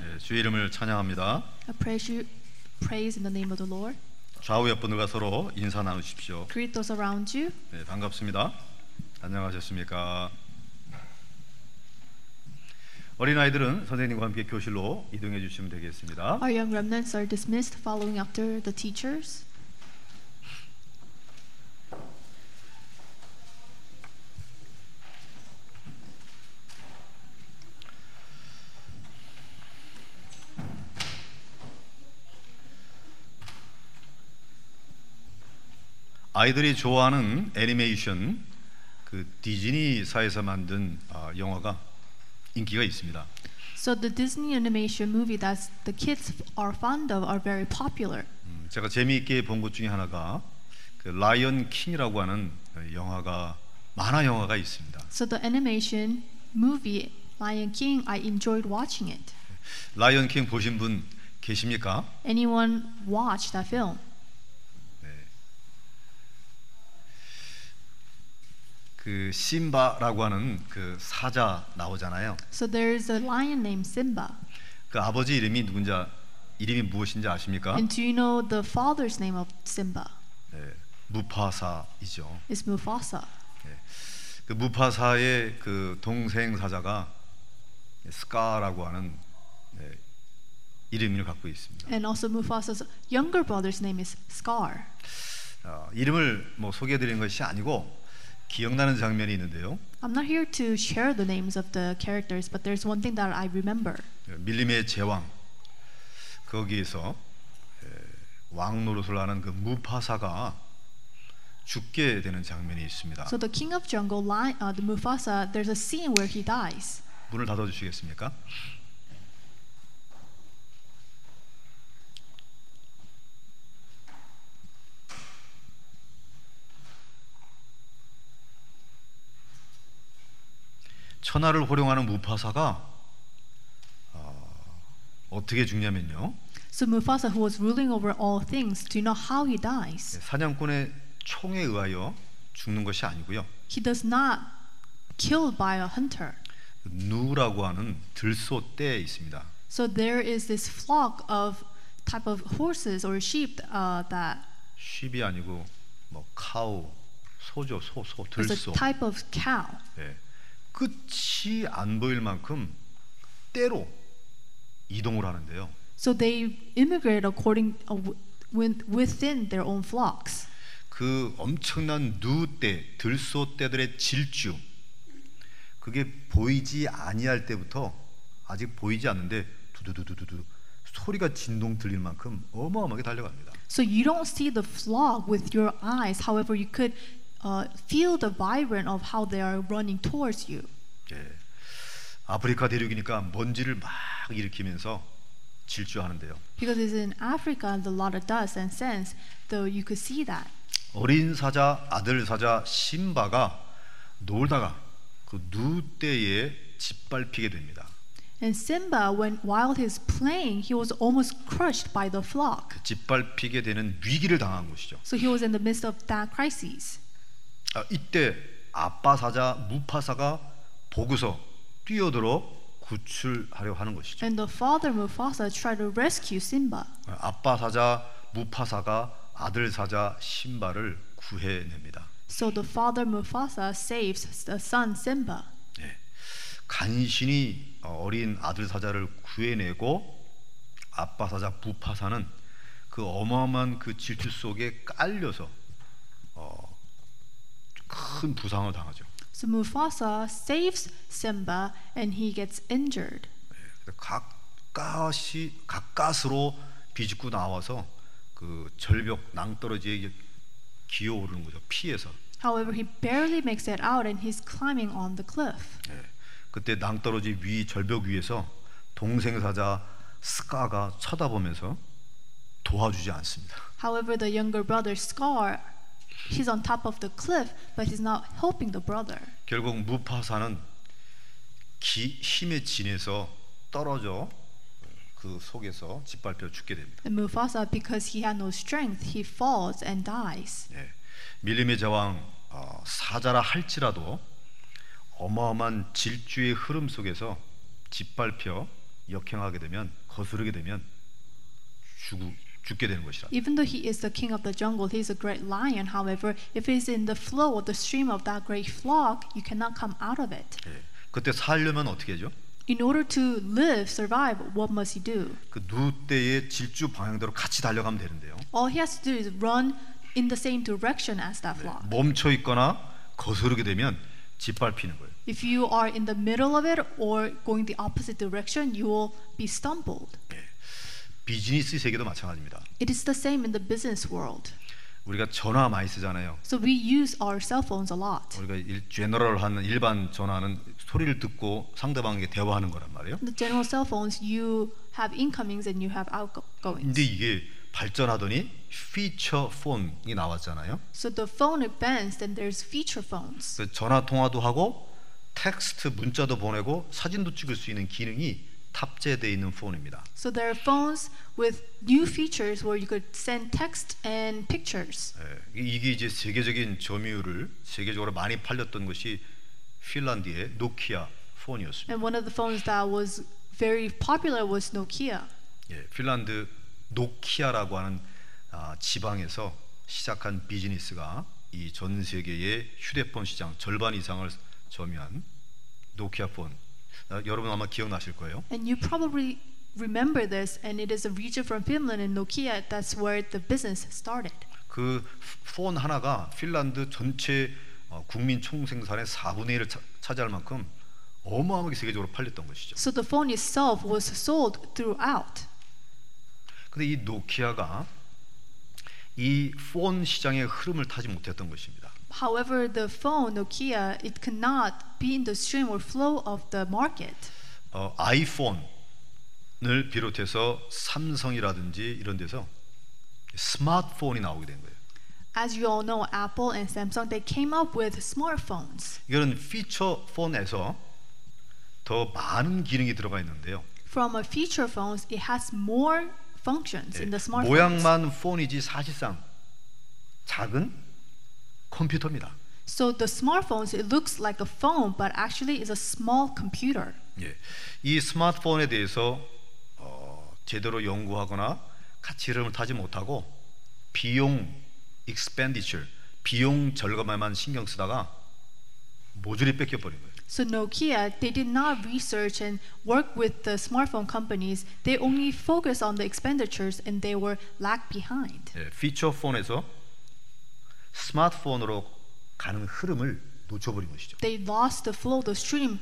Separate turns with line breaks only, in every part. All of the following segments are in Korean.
네, 주의 이름을 찬양합니다.
I praise you, praise in the name of the Lord.
좌우 옆분들과 서로 인사 나누십시오.
Greet those around you.
네, 반갑습니다. 안녕하셨습니까? 어린아이들은 선생님과 함께 교실로 이동해 주시면 되겠습니다.
Our young remnants are dismissed following after the teachers.
아이들이 좋아하는 애니메이션 그 디즈니사에서 만든 아, 영화가 인기가 있습니다.
So the Disney animation movie that the kids are fond of are very popular.
음, 제가 재미있게 본 것 중에 하나가 그 라이언 킹이라고 하는 그 영화가 만화 영화가 있습니다.
So the animation movie Lion King, I enjoyed watching it.
라이언 킹 보신 분 계십니까?
Anyone watch that film?
네. 그 심바라고 하는 그 사자 나오잖아요.
So there's a lion named Simba.
그 아버지 이름이 누군지 아- 이름이 무엇인지 아십니까?
And do you know the father's name of Simba?
네, 무파사이죠.
It's Mufasa.
네. 그 무파사의 그 동생 사자가 스카라고 하는 네, 이름을 갖고 있습니다.
And also Mufasa's younger brother's name is Scar.
아, 이름을 뭐 소개해드리는 것이 아니고 기억나는 장면이 있는데요.
I'm not here to share the names of the characters, but there's one thing that I remember.
예, 밀림의 제왕 거기에서 예, 왕 노릇을 하는 그 무파사가 죽게 되는 장면이 있습니다.
So the King of Jungle, Lion, uh, the Mufasa, there's a scene where he dies.
문을 닫아 주시겠습니까? 천하를 호령하는 무파사가 어, 어떻게 죽냐면요.
So Mufasa, who was ruling over all things, do you know how he dies?
예, 사냥꾼의 총에 의하여 죽는 것이 아니고요.
He does not kill by a hunter.
누라고 하는 들소떼 있습니다.
So there is this flock of type of horses or sheep uh, that
쉽이 아니고 뭐 카우, 소죠, 소, 소,
is
들소.
a type of cow.
예. 끝이 안 보일 만큼 때로 이동을 하는데요.
So they immigrate according uh, wi- win- within their own flocks.
그 엄청난 누떼, 들소떼들의 질주 그게 보이지 아니할 때부터 아직 보이지 않는데 두두두두두두 소리가 진동 들릴 만큼 어마어마하게 달려갑니다.
So you don't see the flock with your eyes. However, you could uh, feel the vibrant of how they are running towards you.
예. 아프리카 대륙이니까 먼지를 막 일으키면서 질주하는데요.
Because it's in Africa, there's a lot of dust and sands, though you could see that.
어린 사자 아들 사자 심바가 놀다가 그 누대에 짓밟히게 됩니다.
And Simba, when while he's playing, he was almost crushed by the flock.
짓밟히게 되는 위기를 당한 것이죠.
So he was in the midst of that crisis.
아, 이때 아빠 사자 무파사가 보고서 뛰어들어 구출하려 하는 것이죠.
And the father Mufasa tried to rescue Simba.
아빠 사자 무파사가 아들 사자 심바를 구해냅니다.
So the father Mufasa saves the son Simba.
예. 간신히 어린 아들 사자를 구해내고 아빠 사자 부파사는 그 어마어마한 그 질주 속에 깔려서 어, 큰 부상을 당하죠.
So Mufasa saves Simba and he gets injured.
그래서 가까시 가까스로 비집고 나와서 그 절벽 낭떠러지에 이제 기어오르는 거죠. 피해서.
However, he barely makes it out and he's climbing on the cliff.
예. 그때 낭떠러지 위 절벽 위에서 동생 사자 스카가 쳐다보면서 도와주지 않습니다.
However, the younger brother Scar, he's on top of the cliff, but he's not helping the brother.
결국 무파사는 기, 힘에 진해서 떨어져 그 속에서 짓밟혀 죽게 됩니다.
And Mufasa, because he had no strength, he falls and dies.
예. 밀림의 제왕 어, 사자라 할지라도 어마어마한 질주의 흐름 속에서 짓밟혀 역행하게 되면 거스르게 되면 죽 죽게 되는 것이라.
Even though he is the king of the jungle, he is a great lion. However, if he's in the flow or the stream of that great flock, you cannot come out of it.
예. 그때 살려면 어떻게 하죠?
In order to live, survive, what must he do?
그 누 때의 질주 방향대로 같이 달려가면 되는데요.
All he has to do is run in the same direction as that flock.
멈춰 있거나 거스르게 되면 짓밟히는 거예요.
If you are in the middle of it or going the opposite direction, you will be stumbled.
예. 비즈니스 세계도 마찬가지입니다.
It is the same in the business world.
우리가 전화 많이 쓰잖아요.
So we use our cell phones a lot.
우리가 일, 제너럴 하는 일반 전화는 소리를 듣고 상대방에게 대화하는 거란 말이에요.
The general cell phones, you have incomings and you have outgoings.
근데 이게 발전하더니 피처 폰이 나왔잖아요.
So the phone advanced and there's feature phones.
그래서 전화 통화도 하고 텍스트 문자도 보내고 사진도 찍을 수 있는 기능이 탑재되어 있는 폰입니다.
So there are phones with new features where you could send text and pictures.
예, 이게 이제 세계적인 점유율을 세계적으로 많이 팔렸던 것이 핀란드의 노키아 폰이었습니다.
And one of the phones that was very popular was Nokia.
예, 핀란드 노키아라고 하는 아, 지방에서 시작한 비즈니스가 이 전 세계의 휴대폰 시장 절반 이상을 점유한 노키아 폰. 아, 여러분 아마 기억나실 거예요.
And you probably remember this, and it is a region from Finland and Nokia. That's where the business started.
그 폰 하나가 핀란드 전체 어, 국민 총생산의 4분의 1을 차, 차지할 만큼 어마어마하게 세계적으로 팔렸던 것이죠.
So the phone itself was sold throughout.
근데 이 노키아가 이 폰 시장의 흐름을 타지 못했던 것입니다.
However, the phone Nokia it could not be in the stream or flow of the market.
어, 아이폰을 비롯해서 삼성이라든지 이런 데서 스마트폰이 나오게 된 거예요.
As you all know, Apple and Samsung they came up with smartphones.
이거는 피처 폰에서 더 많은 기능이 들어가 있는데요.
From a feature phones, it has more functions
Eh,
in the smartphone.
모양만 폰이지 사실상 작은 컴퓨터입니다.
So the smartphones it looks like a phone, but actually it's a small computer.
예, 이 스마트폰에 대해서 어, 제대로 연구하거나 같이 흐름을 타지 못하고 비용 expenditure 비용 절감에만 신경 쓰다가 모조리 뺏겨 버린 거예요.
So Nokia, they did not research and work with the smartphone companies. They only focused on the expenditures and they were lag behind.
예, 피처폰에서 스마트폰으로 가는 흐름을 놓쳐버린 것이죠.
They lost the flow, the stream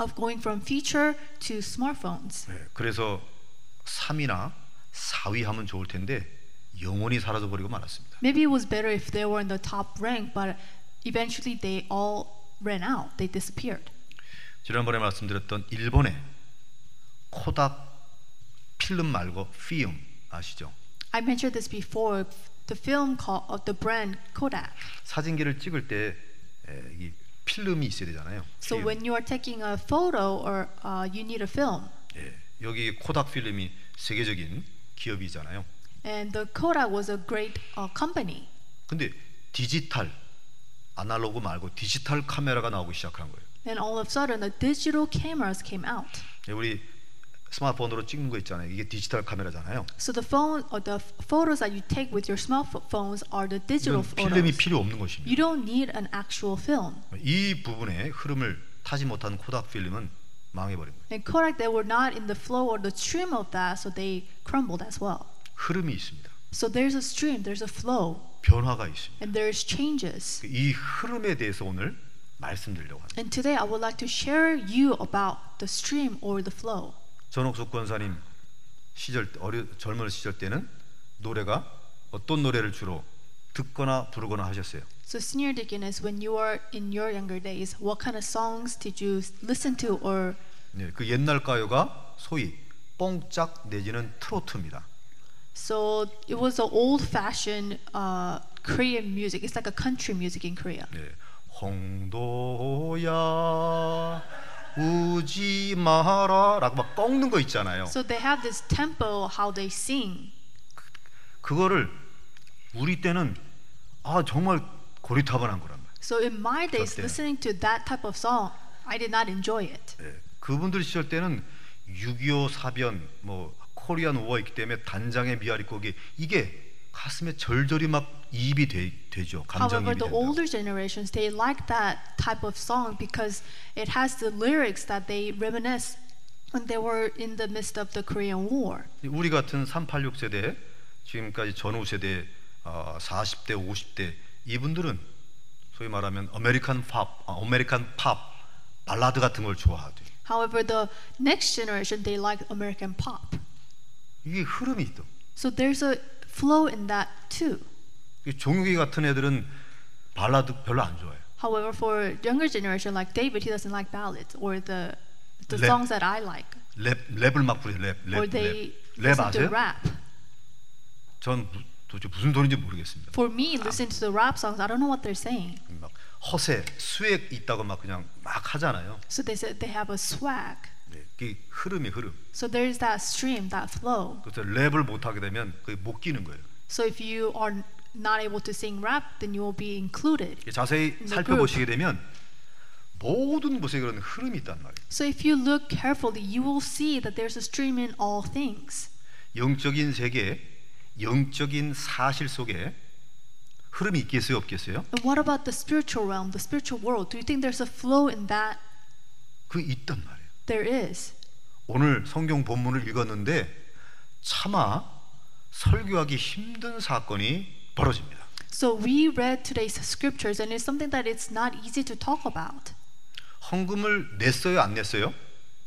of going from feature to smartphones.
예, 그래서 3위나 4위 하면 좋을 텐데 영원히 사라져 버리고 말았습니다.
Maybe it was better if they were in the top rank, but eventually they all ran out. They disappeared.
지난번에 말씀드렸던 일본의 코닥 필름 말고 피움 아시죠?
I mentioned this before. The film called of the brand Kodak.
사진기를 찍을 때 에, 이 필름이 있어야 되잖아요.
So
필름.
when you are taking a photo or uh, you need a film,
예, 여기 코닥 필름이 세계적인 기업이잖아요.
and the Kodak was a great uh, company.
근데 디지털 아날로그 말고 디지털 카메라가 나오기 시작한 거예요.
And all of a sudden, the digital cameras came out.
예, 우리 스마트폰으로 찍는 거 있잖아요. 이게 디지털 카메라잖아요.
So the phone or the f- photos that you take with your smartphones are the digital
이건 필름이
photos.
필요 없는 것입니다.
You don't need an actual film.
이 부분의 흐름을 타지 못한 코닥 필름은 망해버린 거예요.
And Kodak, they were not in the flow or the stream of that, so they crumbled as well.
흐름이 있습니다.
So there's a stream, there's a flow,
변화가 있습니다.
and there's changes.
이 흐름에 대해서 오늘 말씀드리려고 합니다.
And today, I would like to share you about the stream or the flow.
전옥숙 권사님 시절 때, 어려 젊은 시절 때는 노래가 어떤 노래를 주로 듣거나 부르거나 하셨어요.
So, senior deaconess, when you were in your younger days, what kind of songs did you listen to or
네, 그 옛날 가요가 소위 뽕짝 내지는 트로트입니다.
So it was an old-fashioned uh, Korean music. It's like a country music in Korea.
네, 홍도야 우지 마라라고 막 꺾는 거 있잖아요.
So they have this tempo how they sing.
그거를 우리 때는 아 정말 고리타분한 거란 말이에요.
So in my days,
Justin.
listening to that type of song, I did not enjoy it.
예, 그분들 시절 때는 6.25 사변, 뭐 코리안 우와 있기 때문에 단장의 미아리국이 이게 가슴에 절절히 막 이입이 되, 되죠. 감정이
However,
입이
the
된다.
older generations they like that type of song because it has the lyrics that they reminisce when they were in the midst of the Korean War.
우리 같은 386 세대 지금까지 전후 세대 어, 40대 50대 이분들은 소위 말하면 아메리칸 팝, 아, 아메리칸 팝 발라드 같은 걸 좋아하죠.
However, the next generation they like American pop.
이게 흐름이 있죠.
So there's a flow in that too.
이 종욱이 같은 애들은 발라드 별로 안 좋아해요.
However, for younger generation like David, he doesn't like ballads or the the
Rap.
songs that I like,
랩 랩을 막 부려 랩,
or
랩,
they
랩. 랩
listen to
아세요?
rap.
전 무- 도대체 무슨 소리인지 모르겠습니다.
For me, listen to the rap songs. I don't know what they're saying.
막 허세, 수액 있다고 막 그냥 막 하잖아요.
So they said they have a swag.
네, 이게 흐름이 흐름.
So there's that stream, that flow.
그래서 랩을 못 하게 되면 그게 못 끼는 거예요.
So if you are not able to sing rap, then you will be included.
이게 자세히
근데 그
살펴보시게 되면 모든 곳에 그런 흐름이 있단 말이에요.
So if you look carefully, you will see that there's a stream in all things.
영적인 세계, 영적인 사실 속에 흐름이 있겠어요, 없겠어요?
And what about the spiritual realm, the spiritual world? Do you think there's a flow in that?
그 있단 말이에요.
There is.
오늘 성경 본문을 읽었는데 차마 설교하기 힘든 사건이 벌어집니다.
So we read today's scriptures, and it's something that it's not easy to talk about.
헌금을 냈어요, 안 냈어요?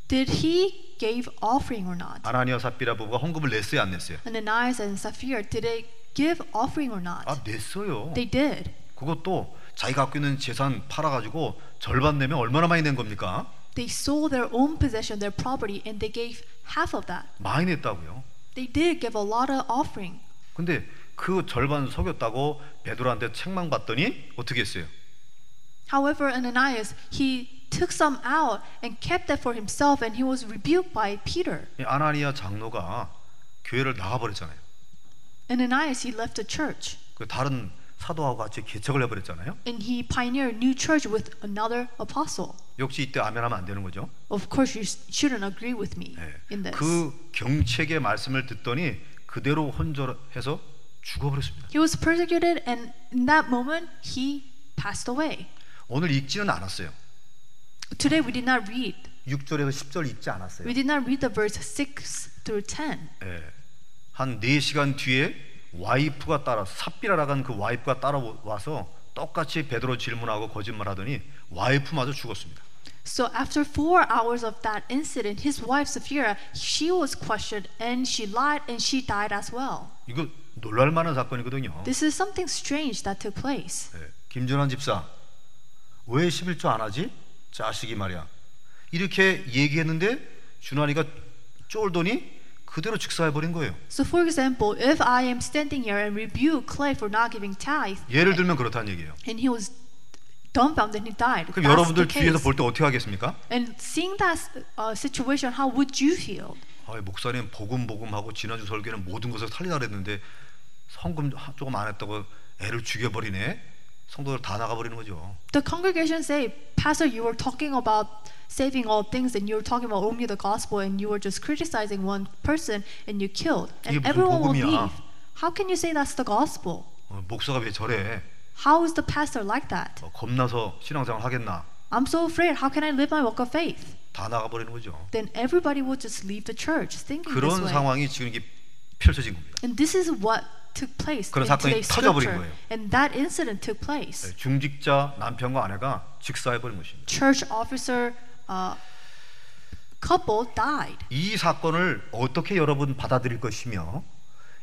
Did he give offering or not?
아나니아 삽비라 부부가 헌금을 냈어요, 안 냈어요?
Ananias and Sapphira, did they give offering or not?
아, 냈어요.
They did.
그것도 자기 갖고 있는 재산 팔아가지고 절반 내면 얼마나 많이 낸 겁니까?
They sold their own possession, their property, and they gave half of that.
많이 냈다고요.
They did give a lot of offering.
근데 그 절반 속였다고 베드로한테 책망받더니 어떻게 했어요?
However, Ananias, he took some out and kept that for himself, and he was rebuked by Peter.
이 아나니아 장로가 교회를 나가버렸잖아요.
Ananias, he left the church,
그 다른 사도하고 같이 개척을 해버렸잖아요.
and he pioneered a new church with another apostle.
역시 이때 아멘하면 안 되는 거죠.
Of course, you s- shouldn't agree with me
예.
in this.
그 경책의 말씀을 듣더니 그대로 혼절해서 죽어버렸습니다.
He was persecuted, and in that moment, he passed away.
오늘 읽지는 않았어요.
Today, we did not read.
6절에서 10절 읽지 않았어요.
We did not read the verse 6 through 10.
예. 한 4시간 뒤에 와이프가 따라 삽비라라간 그 와이프가 따라와서 똑같이 베드로 질문하고 거짓말하더니 와이프마저 죽었습니다.
So after four hours of that incident, his wife Sapphira, she was questioned and she lied and she died as well.
이거 놀랄 만한 사건이거든요.
This is something strange that took place.
예. 김준환 집사 왜 11조 안 하지? 자식이 말이야. 이렇게 얘기했는데 준환이가 쫄더니 그대로 즉사해 버린 거예요.
So for example, if I am standing here and rebuke Clay for not giving tithe,
예를 들면 그렇다는 얘기예요.
and he was dumbfounded and he died.
그럼
That's the
여러분들
case.
뒤에서 볼 때 어떻게 하겠습니까?
And seeing that uh, situation, how would you feel?
아, 목사님 복음 복음하고 지난주 설교는 모든 것을 살리라 그랬는데 성금 조금 안 했다고 애를 죽여버리네. 성도들 다 나가버리는 거죠.
The congregation say, Pastor, you were talking about saving all things and you were talking about only the gospel and you were just criticizing one person and you killed.
이게 무슨
And everyone will
복음이야?
leave. How can you say that's the gospel?
어, 목사가 왜 저래?
How is the pastor like that?
어, 겁나서 신앙생활 하겠나?
I'm so afraid. How can I live my walk of faith?
다 나가버리는 거죠.
Then everybody will just leave the church thinking this
그런
way.
상황이 지금 이게 펼쳐진 겁니다.
And this is what took place
그런
in
사건이
today's
터져버린
scripture.
거예요.
And that incident took place.
네, 중직자 남편과 아내가 직사해버린 것입니다.
Church officer uh, couple died.
이 사건을 어떻게 여러분 받아들일 것이며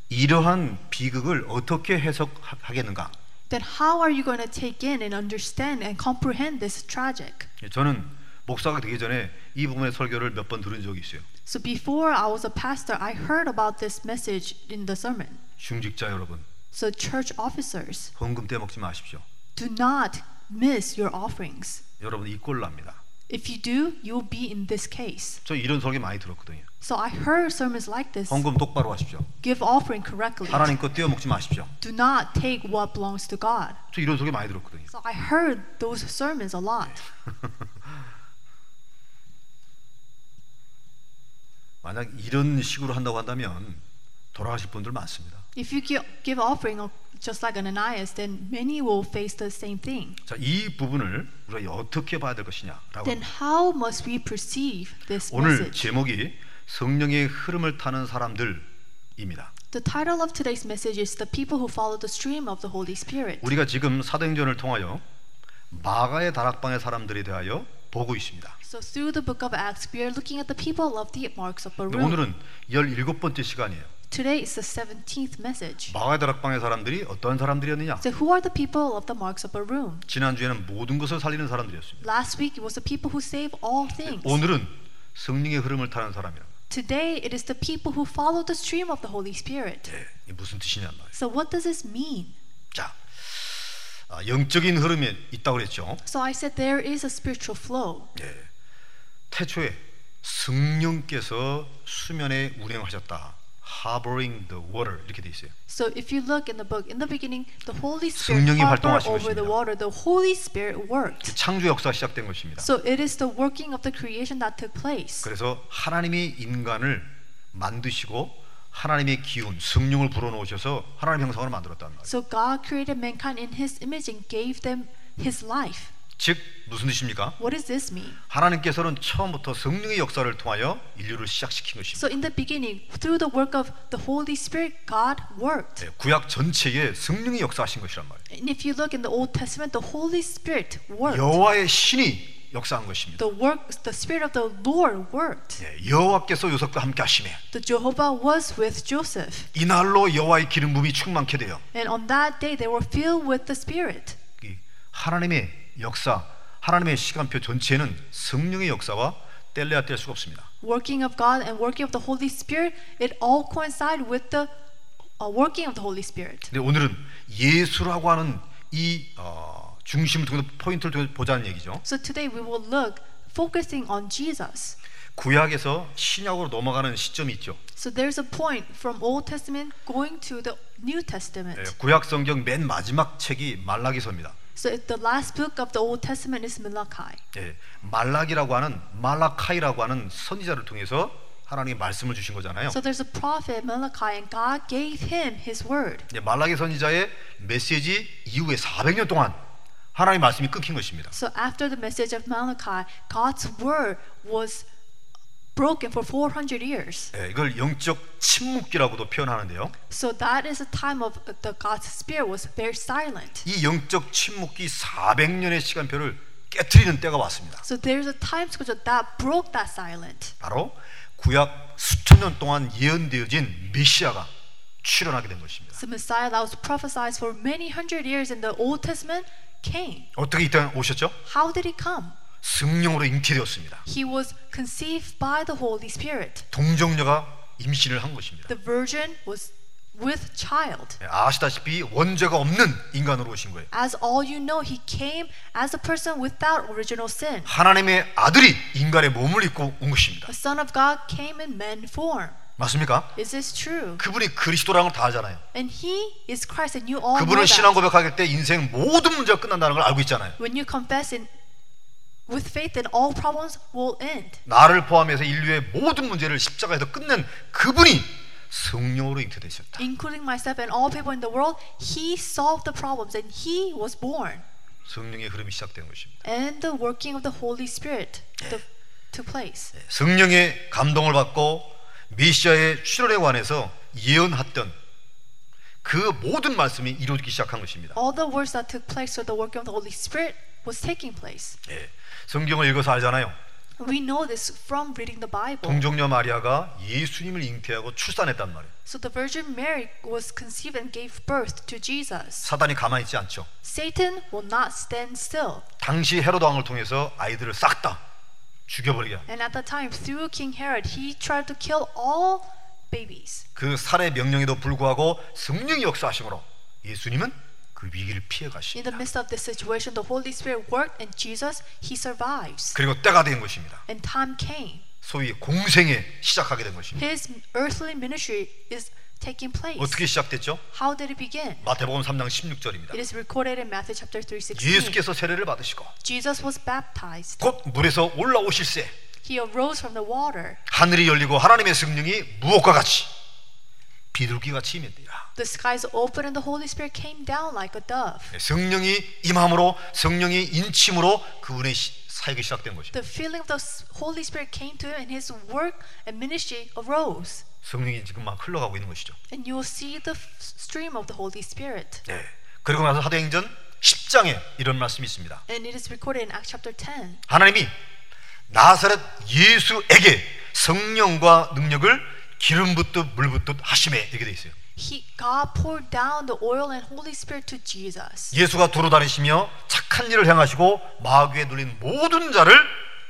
이러한 비극을 어떻게 해석하겠는가?
then how are you going to take in and understand and comprehend this tragic?
예, 저는 목사가 되기 전에 이 부분의 설교를 몇 번 들은 적이 있어요.
So before I was a pastor, I heard about this message in the sermon.
중직자 여러분,
So church officers,
헌금 떼먹지 마십시오.
do not miss your offerings.
여러분 이 꼴 납니다.
If you do, you'll be in this case.
저 이런 설교 많이 들었거든요.
So I heard sermons like this.
헌금 똑바로 하십시오.
Give offering correctly.
하나님 거 떼어먹지 마십시오.
Do not take what belongs to God.
저 이런 설교 많이 들었거든요.
So I heard those sermons a lot.
만약 이런 식으로 한다고 한다면 돌아가실 분들 많습니다.
If you gi- give offering of- just like Ananias, then many will face the same thing.
자, 이 부분을 우리가 어떻게 봐야 될 것이냐라고
Then how must we perceive this
오늘
message?
제목이 성령의 흐름을 타는 사람들입니다.
The title of today's message is The People Who Follow the Stream of the Holy Spirit.
우리가 지금 사도행전을 통하여 마가의 다락방의 사람들에 대하여 보고 있습니다.
So through the book of Acts, we are looking at the people of the marks of
근데
Baruch.
오늘은 17번째 시간이에요.
Today is the 17th message.
마가의 다락방의 사람들이 어떤 사람들이었느냐?
So who are the people of the marks of Baruch?
지난주에는 모든 것을 살리는 사람들이었습니다.
Last week it was the people who save all things.
오늘은 성령의 흐름을 타는 사람이라.
Today it is the people who follow the stream of the Holy Spirit.
예, 이게 무슨 뜻이냐 말이에요.
So what does this mean?
자, 아, 영적인 흐름이 있다고 그랬죠.
So I said there is a spiritual flow.
예, 태초에 성령께서 수면에 운행하셨다. Harboring the water 이렇게 돼 있어요.
So if you look in the book, in the beginning, the Holy Spirit
성령이
hovered
활동하시고
over the
있습니다.
water. The Holy Spirit worked.
창조 역사 시작된 것입니다.
So it is the working of the creation that took place.
그래서 하나님이 인간을 만드시고 하나님의 기운, 성령을 불어넣으셔서 하나님 형상으로 만들었다는 말이에요.
So God created mankind in His image and gave them His life.
즉 무슨 뜻입니까?
What does this mean?
하나님께서는 처음부터 성령의 역사를 통하여 인류를 시작시킨 것입니다.
So in the beginning, through the work of the Holy Spirit, God worked.
예, 구약 전체에 성령이 역사하신 것이란 말이에요.
And if you look in the Old Testament, the Holy Spirit worked.
여호와의 신이 역사한 것입니다.
The work, the Spirit of the Lord worked.
예, 여호와께서 요셉과 함께 하심에
The Jehovah was with Joseph,
이날로 여호와의 기름 부음이 충만케 되어
and on that day they were filled with the Spirit.
이 하나님의 역사, 하나님의 시간표 전체는 성령의 역사와 뗄래야 뗄 수가 없습니다.
Working of God and working of the Holy Spirit, it all coincide with the uh, working of the Holy Spirit.
근데 오늘은 예수라고 하는 이 어, 중심을 통해서 포인트를 통해서 보자는 얘기죠.
So today we will look focusing on Jesus.
구약에서 신약으로 넘어가는 시점이 있죠.
So there's a point from Old Testament going to the New Testament.
예, 구약 성경 맨 마지막 책이 말라기서입니다.
So if the last book of the Old Testament is Malachi.
예, 말락이라고 하는 말라카이라고 하는 선지자를 통해서 하나님이 말씀을 주신 거잖아요.
So there's a prophet Malachi, and God gave him His word.
예, 말라기 선지자의 메시지 이후에 400년 동안 하나님의 말씀이 끊긴 것입니다.
So after the message of Malachi, God's word was broken for 400 years.
예, 이걸 영적 침묵기라고도 표현하는데요.
So that is a time of the God's spirit was very silent.
이 영적 침묵기 400년의 시간표를 깨뜨리는 때가 왔습니다.
So there's a time schedule that broke that silent.
바로 구약 수천 년 동안 예언되어진 메시아가 출현하게 된 것입니다.
So Messiah that was prophesied for many hundred years in the Old Testament came.
어떻게 이 땅에 오셨죠?
How did he come?
성령으로 잉태되었습니다.
He was conceived by the Holy Spirit.
동정녀가 임신을 한 것입니다.
The virgin was with child.
예, 아시다시피 원죄가 없는 인간으로 오신 거예요.
As all you know, he came as a person without original sin.
하나님의 아들이 인간의 몸을 입고 온 것입니다.
The Son of God came in man form.
맞습니까?
Is this true?
그분이 그리스도라는 걸 다 알잖아요.
And he is Christ, and you all know
그분을 신앙
that.
고백할 때 인생 모든 문제가 끝난다는 걸 알고 있잖아요.
When you confess in with faith, then all problems will end.
나를 포함해서 인류의 모든 문제를 십자가에서 끝낸 그분이 성령으로 잉태되셨다.
Including myself and all people in the world, he solved the problems and he was born.
성령의 흐름이 시작된 것입니다.
And the working of the Holy Spirit the, took place.
네, 성령의 감동을 받고 메시아의 출현에 관해서 예언했던 그 모든 말씀이 이루어지기 시작한 것입니다.
All the words that took place with the working of the Holy Spirit was taking place.
예, 성경을 읽어서 알잖아요.
We know this from reading the Bible.
동정녀 마리아가 예수님을 잉태하고 출산했단 말이에요.
So the Virgin Mary was conceived and gave birth to Jesus.
사단이 가만히 있지 않죠.
Satan will not stand still.
당시 헤롯 왕을 통해서 아이들을 싹 다 죽여버리게 합니다.
And at the time, through King Herod, he tried to kill all babies.
그 살해 명령에도 불구하고 성령이 역사하심으로 예수님은 그 위기를 피해
In the
가십니다.
midst of this situation, the Holy Spirit worked and Jesus, he survives.
그리고 때가 된 것입니다.
And time came.
소위 공생에 시작하게 된 것입니다.
His earthly ministry is taking place.
어떻게 시작됐죠?
How did it begin?
마태복음 3장
It
16절입니다.
is recorded in Matthew chapter 3:16.
예수께서 세례를 받으시고
Jesus was baptized.
곧 물에서 올라오실세
He arose from the water.
하늘이 열리고 하나님의 성령이 무엇과 같이 비둘기 같이 임했더라.
The skies opened and the Holy Spirit came down like a dove.
네, 성령이 임함으로 성령이 인침으로 그분의 시- 사역이 시작된 것입니다.
The feeling of the s- Holy Spirit came to him, and his work and ministry arose.
성령이 지금 막 흘러가고 있는 것이죠.
And you will see the f- stream of the Holy Spirit.
네. 그리고 나서 사도행전 10장에 이런 말씀이 있습니다.
And it is recorded in Acts chapter 10.
하나님이 나사렛 예수에게 성령과 능력을 기름 붓듯 물 붓듯 하심에 이렇게 돼 있어요.
He, God poured down the oil and Holy Spirit to Jesus.
예수가 도로 다니시며 착한 일을 행하시고 마귀에 눌린 모든 자를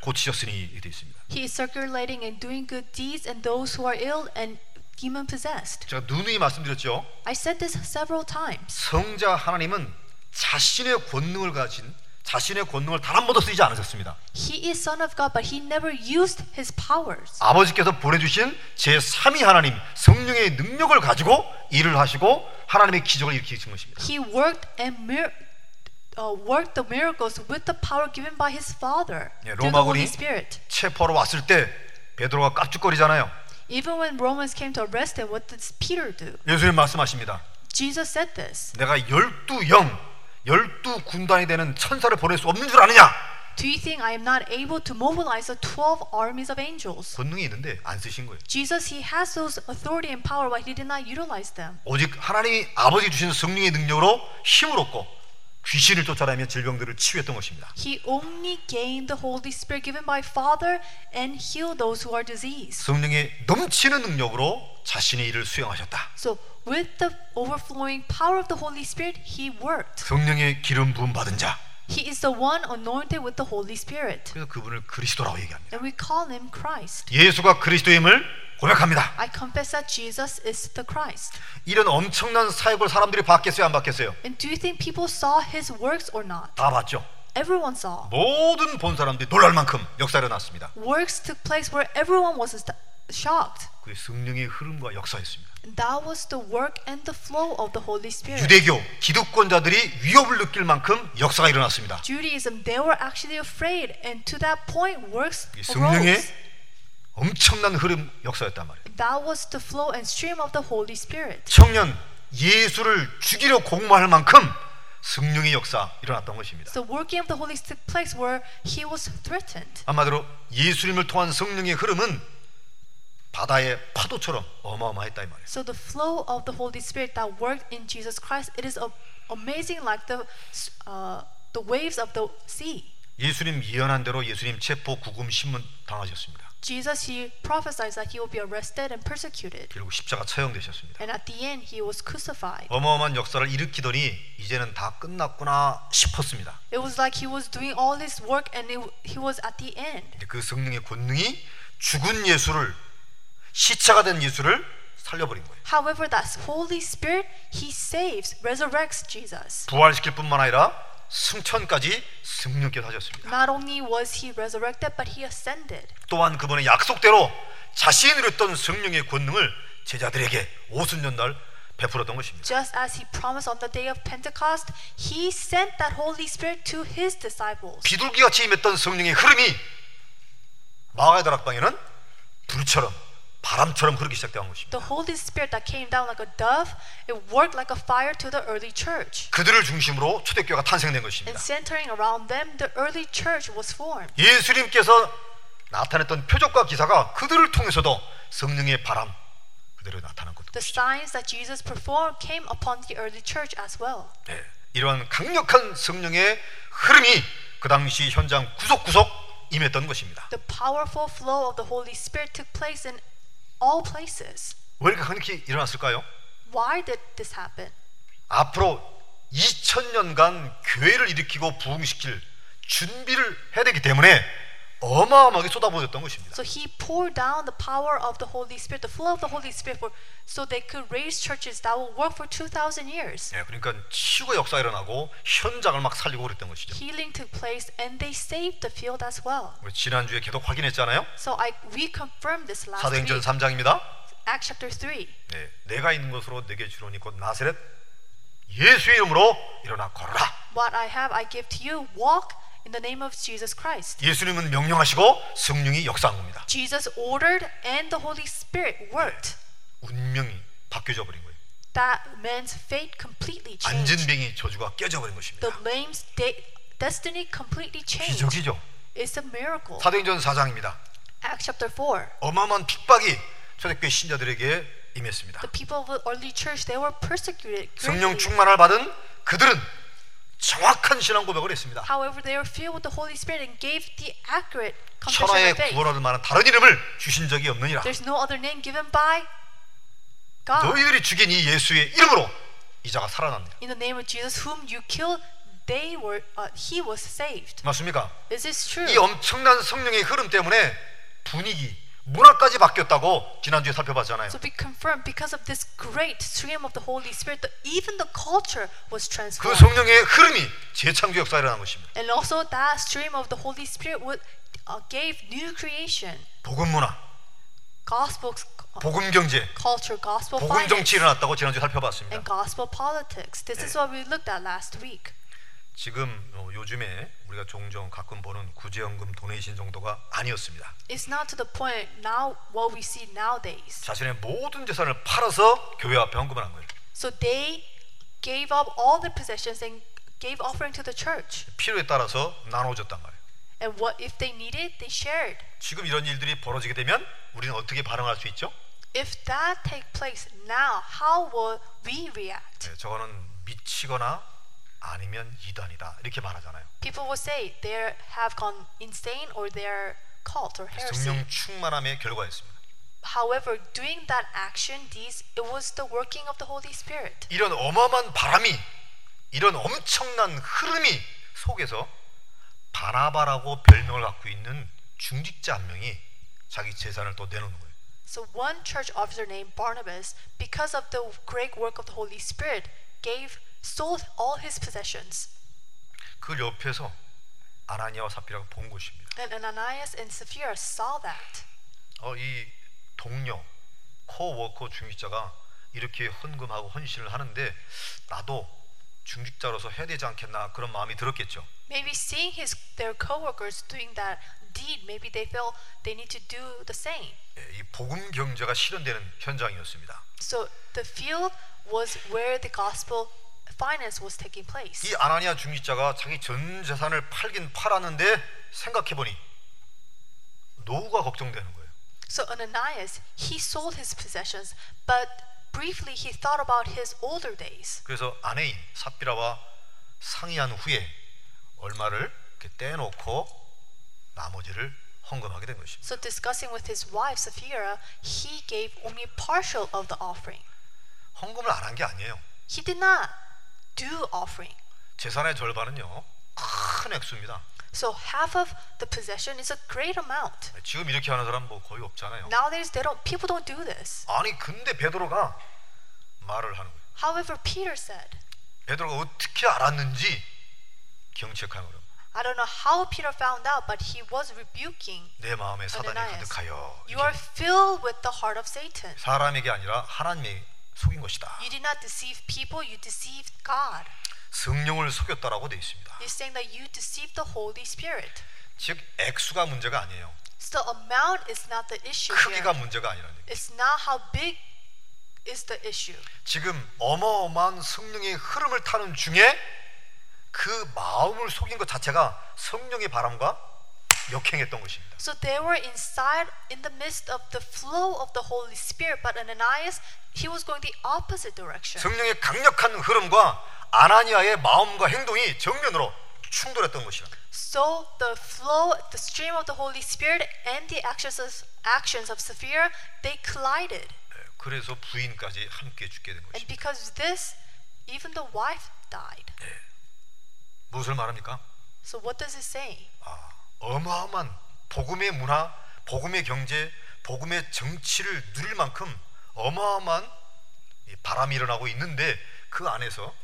고치셨으니 이렇게 돼 있습니다.
He is circulating and doing good deeds and those who are ill and demon possessed.
제가 누누이 말씀드렸죠.
I said this several times.
성자 하나님은 자신의 권능을 가진 자신의 권능을 단 한 번도 쓰지 않으셨습니다.
He is Son of God, but he never used his powers.
아버지께서 보내주신 제3위 하나님 성령의 능력을 가지고 일을 하시고 하나님의 기적을 일으키신 것입니다.
He worked and mir- uh, worked the miracles with the power given by his Father
Yeah,
through the
Roma
Holy
군이-
Spirit.
체포하러 왔을 때 베드로가 깝죽거리잖아요.
Even when Romans came to arrest him, what did Peter do?
예수님 말씀하십니다.
Jesus said this.
내가 열두 영, 열두 군단이 되는 천사를 보낼 수 없는 줄 아느냐?
Do you think I am not able to mobilize the 12 armies of angels?
권능이 있는데 안 쓰신 거예요.
Jesus, he has those authority and power, but he did not utilize them.
오직 하나님이 아버지 주신 성령의 능력으로 힘을 얻고 귀신을 쫓아내며 질병들을 치유했던 것입니다.
He only gained the Holy Spirit given by Father and healed those who are diseased.
성령의 넘치는 능력으로 자신의 일을 수행하셨다.
So, with the overflowing power of the Holy Spirit, he worked.
성령의 기름 부음 받은 자.
He is the one anointed with the Holy Spirit,
그래서 그분을 그리스도라고 얘기합니다.
and we call him Christ.
예수가 그리스도임을 고백합니다.
I confess that Jesus is the Christ.
이런 엄청난 사역을 사람들이 받겠어요, 안 받겠어요?
And do you think people saw his works or not?
다 봤죠.
Everyone saw.
모든 본 사람들이 놀랄 만큼 역사를 났습니다.
Works took place where everyone was ast- shocked.
그게 성령의 흐름과 역사였습니다.
And that was the work and the flow of the Holy Spirit.
유대교 기득권자들이 위협을 느낄 만큼 역사가 일어났습니다.
Judaism, they were actually afraid, and to that point, works
이 성령의
arose.
엄청난 흐름 역사였단 말이에요.
That was the flow and stream of the Holy Spirit.
청년 예수를 죽이려 공모할 만큼 성령의 역사 일어났던 것입니다.
The working of the Holy Spirit took place where he was threatened.
한마디로 예수님을 통한 성령의 흐름은 바다의 파도처럼 어마어마했다 이 말이에요.
So the flow of the Holy Spirit that worked in Jesus Christ, it is a- amazing, like the s- uh, the waves of the sea.
예수님 예언한 대로 예수님 체포 구금 신문 당하셨습니다.
Jesus, he prophesied that he will be arrested and persecuted,
결국 십자가 처형되셨습니다.
and at the end, he was crucified.
어마어마한 역사를 일으키더니 이제는 다 끝났구나 싶었습니다.
It was like he was doing all his work, and it, he was at the end.
근데 그 성령의 권능이 죽은 예수를 시체가 된 예수를 살려버린 거예요.
However, that Holy Spirit, He saves, resurrects Jesus.
부활시킬 뿐만 아니라 승천까지 성령께서 하셨습니다.
Not only was He resurrected, but He ascended.
또한 그분의 약속대로 자신이 누렸던 성령의 권능을 제자들에게 오순전날 베풀었던 것입니다.
Just as He promised on the day of Pentecost, He sent that Holy Spirit to His disciples.
비둘기같이 임했던 성령의 흐름이 마가의 다락방에는 불처럼 바람처럼 흐르기 시작된 것입니다.
The Holy Spirit that came down like a dove, it worked like a fire to the early church.
그들을 중심으로 초대교회가 탄생된
And
것입니다.
centering around them, the early church was formed.
예수님께서 나타냈던 표적과 기사가 그들을 통해서도 성령의 바람 그대로 나타난 것도
The signs that Jesus performed came upon the early church as well.
네, 이러한 강력한 성령의 흐름이 그 당시 현장 구석구석 임했던 것입니다.
The powerful flow of the Holy Spirit took place in all places.
왜 이렇게 강력히 일어났을까요?
Why did this happen?
앞으로 2000년간 교회를 일으키고 부흥시킬 준비를 해야 되기 때문에 어마어마하게 쏟아부었던 것입니다.
So he poured down the power of the Holy Spirit, the flow of the Holy Spirit, for, so they could raise churches that will work for 2,000 years.
네, 그러니까 치유가 역사 일어나고 현장을 막 살리고 그랬던 것이죠.
Healing took place and they saved the field as well.
우리 지난주에 계속 확인했잖아요.
So I reconfirmed this last week.
사도행전 3장입니다.
Acts chapter 3.
네, 내가 있는 곳으로 내게 주노니 곧 나세렛 예수의 이름으로 일어나 걸어라.
What I have I give to you. Walk in the name of Jesus Christ.
예수님은 명령하시고 성령이 역사한 겁니다.
Jesus ordered and the Holy Spirit worked.
운명이 바뀌어져 버린 거예요.
That man's fate completely changed.
안진뱅이 저주가 깨져 버린 것입니다.
The man's de- destiny completely changed.
기적이죠.
It's a miracle.
사도행전 4장입니다.
Acts chapter 4.
어마어마한 핍박이 초대교회 신자들에게 임했습니다.
The people of the early church, they were persecuted
성령
greatly.
충만을 받은 그들은 정확한 신앙 고백을 했습니다.
However, they were filled with the Holy Spirit and gave the accurate confession
천하의
of faith.
구원할 만한 다른 이름을 주신 적이 없느니라.
There's no other name given by God.
너희들이 죽인 이 예수의 이름으로 이자가 살아납니다.
In the name of Jesus, whom you killed, they were, uh, he was saved.
맞습니까?
Is this true?
이 엄청난 성령의 흐름 때문에 분위기, 문화까지 바뀌었다고 지난주에 살펴봤잖아요.
So we confirm because of this great stream of the Holy Spirit, the, even the culture was
그
transformed.
성령의 흐름이 재창조 역사에 일어난 것입니다.
and also that stream of the Holy Spirit would, uh, gave new creation,
복음 문화,
gospel c- uh,
복음 경제,
culture, gospel
복음
finance,
정치 일어났다고 지난주에 살펴봤습니다.
and gospel politics. This is what we looked at last week.
지금 어, 요즘에 우리가 종종 가끔 보는 구제연금 도네이션 정도가 아니었습니다.
It's not to the point now what we see nowadays.
자신의 모든 재산을 팔아서 교회 앞에 헌금한 거예요.
So they gave up all their possessions and gave offering to the church.
필요에 따라서 나눠줬단 말이에요.
And what if they needed, they shared.
지금 이런 일들이 벌어지게 되면 우리는 어떻게 반응할 수 있죠?
If that take place now, how will we react?
네, 저거는 미치거나 아니면 이단이다 이렇게 말하잖아요.
People will say they have gone insane or they're cult or heresy.
성령 충만함의 결과였습니다.
However, doing that action, these it was the working of the Holy Spirit.
이런 어마어마한 바람이 이런 엄청난 흐름이 속에서 바나바라고 별명을 갖고 있는 중직자 한 명이 자기 재산을 또 내놓는 거예요.
So one church officer named Barnabas, because of the great work of the Holy Spirit, gave sold all his possessions.
그 옆에서 아나니아와 삽비라고 본 것입니다.
And Ananias and Sapphira saw that.
어, 이 동료 코워커 중직자가 이렇게 헌금하고 헌신을 하는데 나도 중직자로서 해야 되지 않겠나 그런 마음이 들었겠죠.
Maybe seeing his their coworkers doing that deed, maybe they felt they need to do the same.
예, 이 복음 경제가 실현되는 현장이었습니다.
So the field was where the gospel finance was taking place.
이 아나니아 중직자가 자기 전 재산을 팔긴 팔았는데 생각해 보니 노후가 걱정되는 거예요.
So Ananias, he sold his possessions, but briefly he thought about his older days.
그래서 아내인 삽비라와 상의한 후에 얼마를 이렇게 떼놓고 나머지를 헌금하게 된 것입니다.
So discussing with his wife Sapphira, he gave only partial of the offering.
헌금을 안 한 게 아니에요.
He did not do offering.
재산의 절반은요 큰 액수입니다.
So half of the possession is a great amount.
지금 이렇게 하는 사람 뭐 거의 없잖아요.
Nowadays they don't people don't do this.
아니 근데 베드로가 말을 하는 거예요.
However, Peter said,
베드로가 어떻게 알았는지 경책하는 거예요.
I don't know how Peter found out, but he was rebuking
내 마음에 사단이
Ananias.
가득하여
아, You
이렇게
are filled with the heart of Satan.
사람에게 아니라 하나님이 속인 것이다.
You did not deceive people, you deceived God.
성령을 속였다라고 되어 있습니다.
You're saying that you deceived the Holy Spirit.
즉 액수가 문제가 아니에요.
So amount is not the issue
크기가
here.
문제가 아니라는 얘기.
It's not how big is the issue.
지금 어마어마한 성령의 흐름을 타는 중에 그 마음을 속인 것 자체가 성령의 바람과 역행했던 것입니다.
So they were inside in the midst of the flow of the Holy Spirit, but Ananias, he was going the opposite direction.
성령의 강력한 흐름과 아나니아의 마음과 행동이 정면으로 충돌했던 것이라.
So the flow, the stream of the Holy Spirit and the actions of, actions of Sapphira, they collided.
예, 그래서 부인까지 함께 죽게 된
And
것입니다.
because of this, even the wife died.
무엇을 말합니까?
So what does it say?
아, 어마어마한 복음의 문화, 복음의 경제, 복음의 정치를 누릴 만큼 어마어마한 이 바람이 일어나고 있는데 그 안에서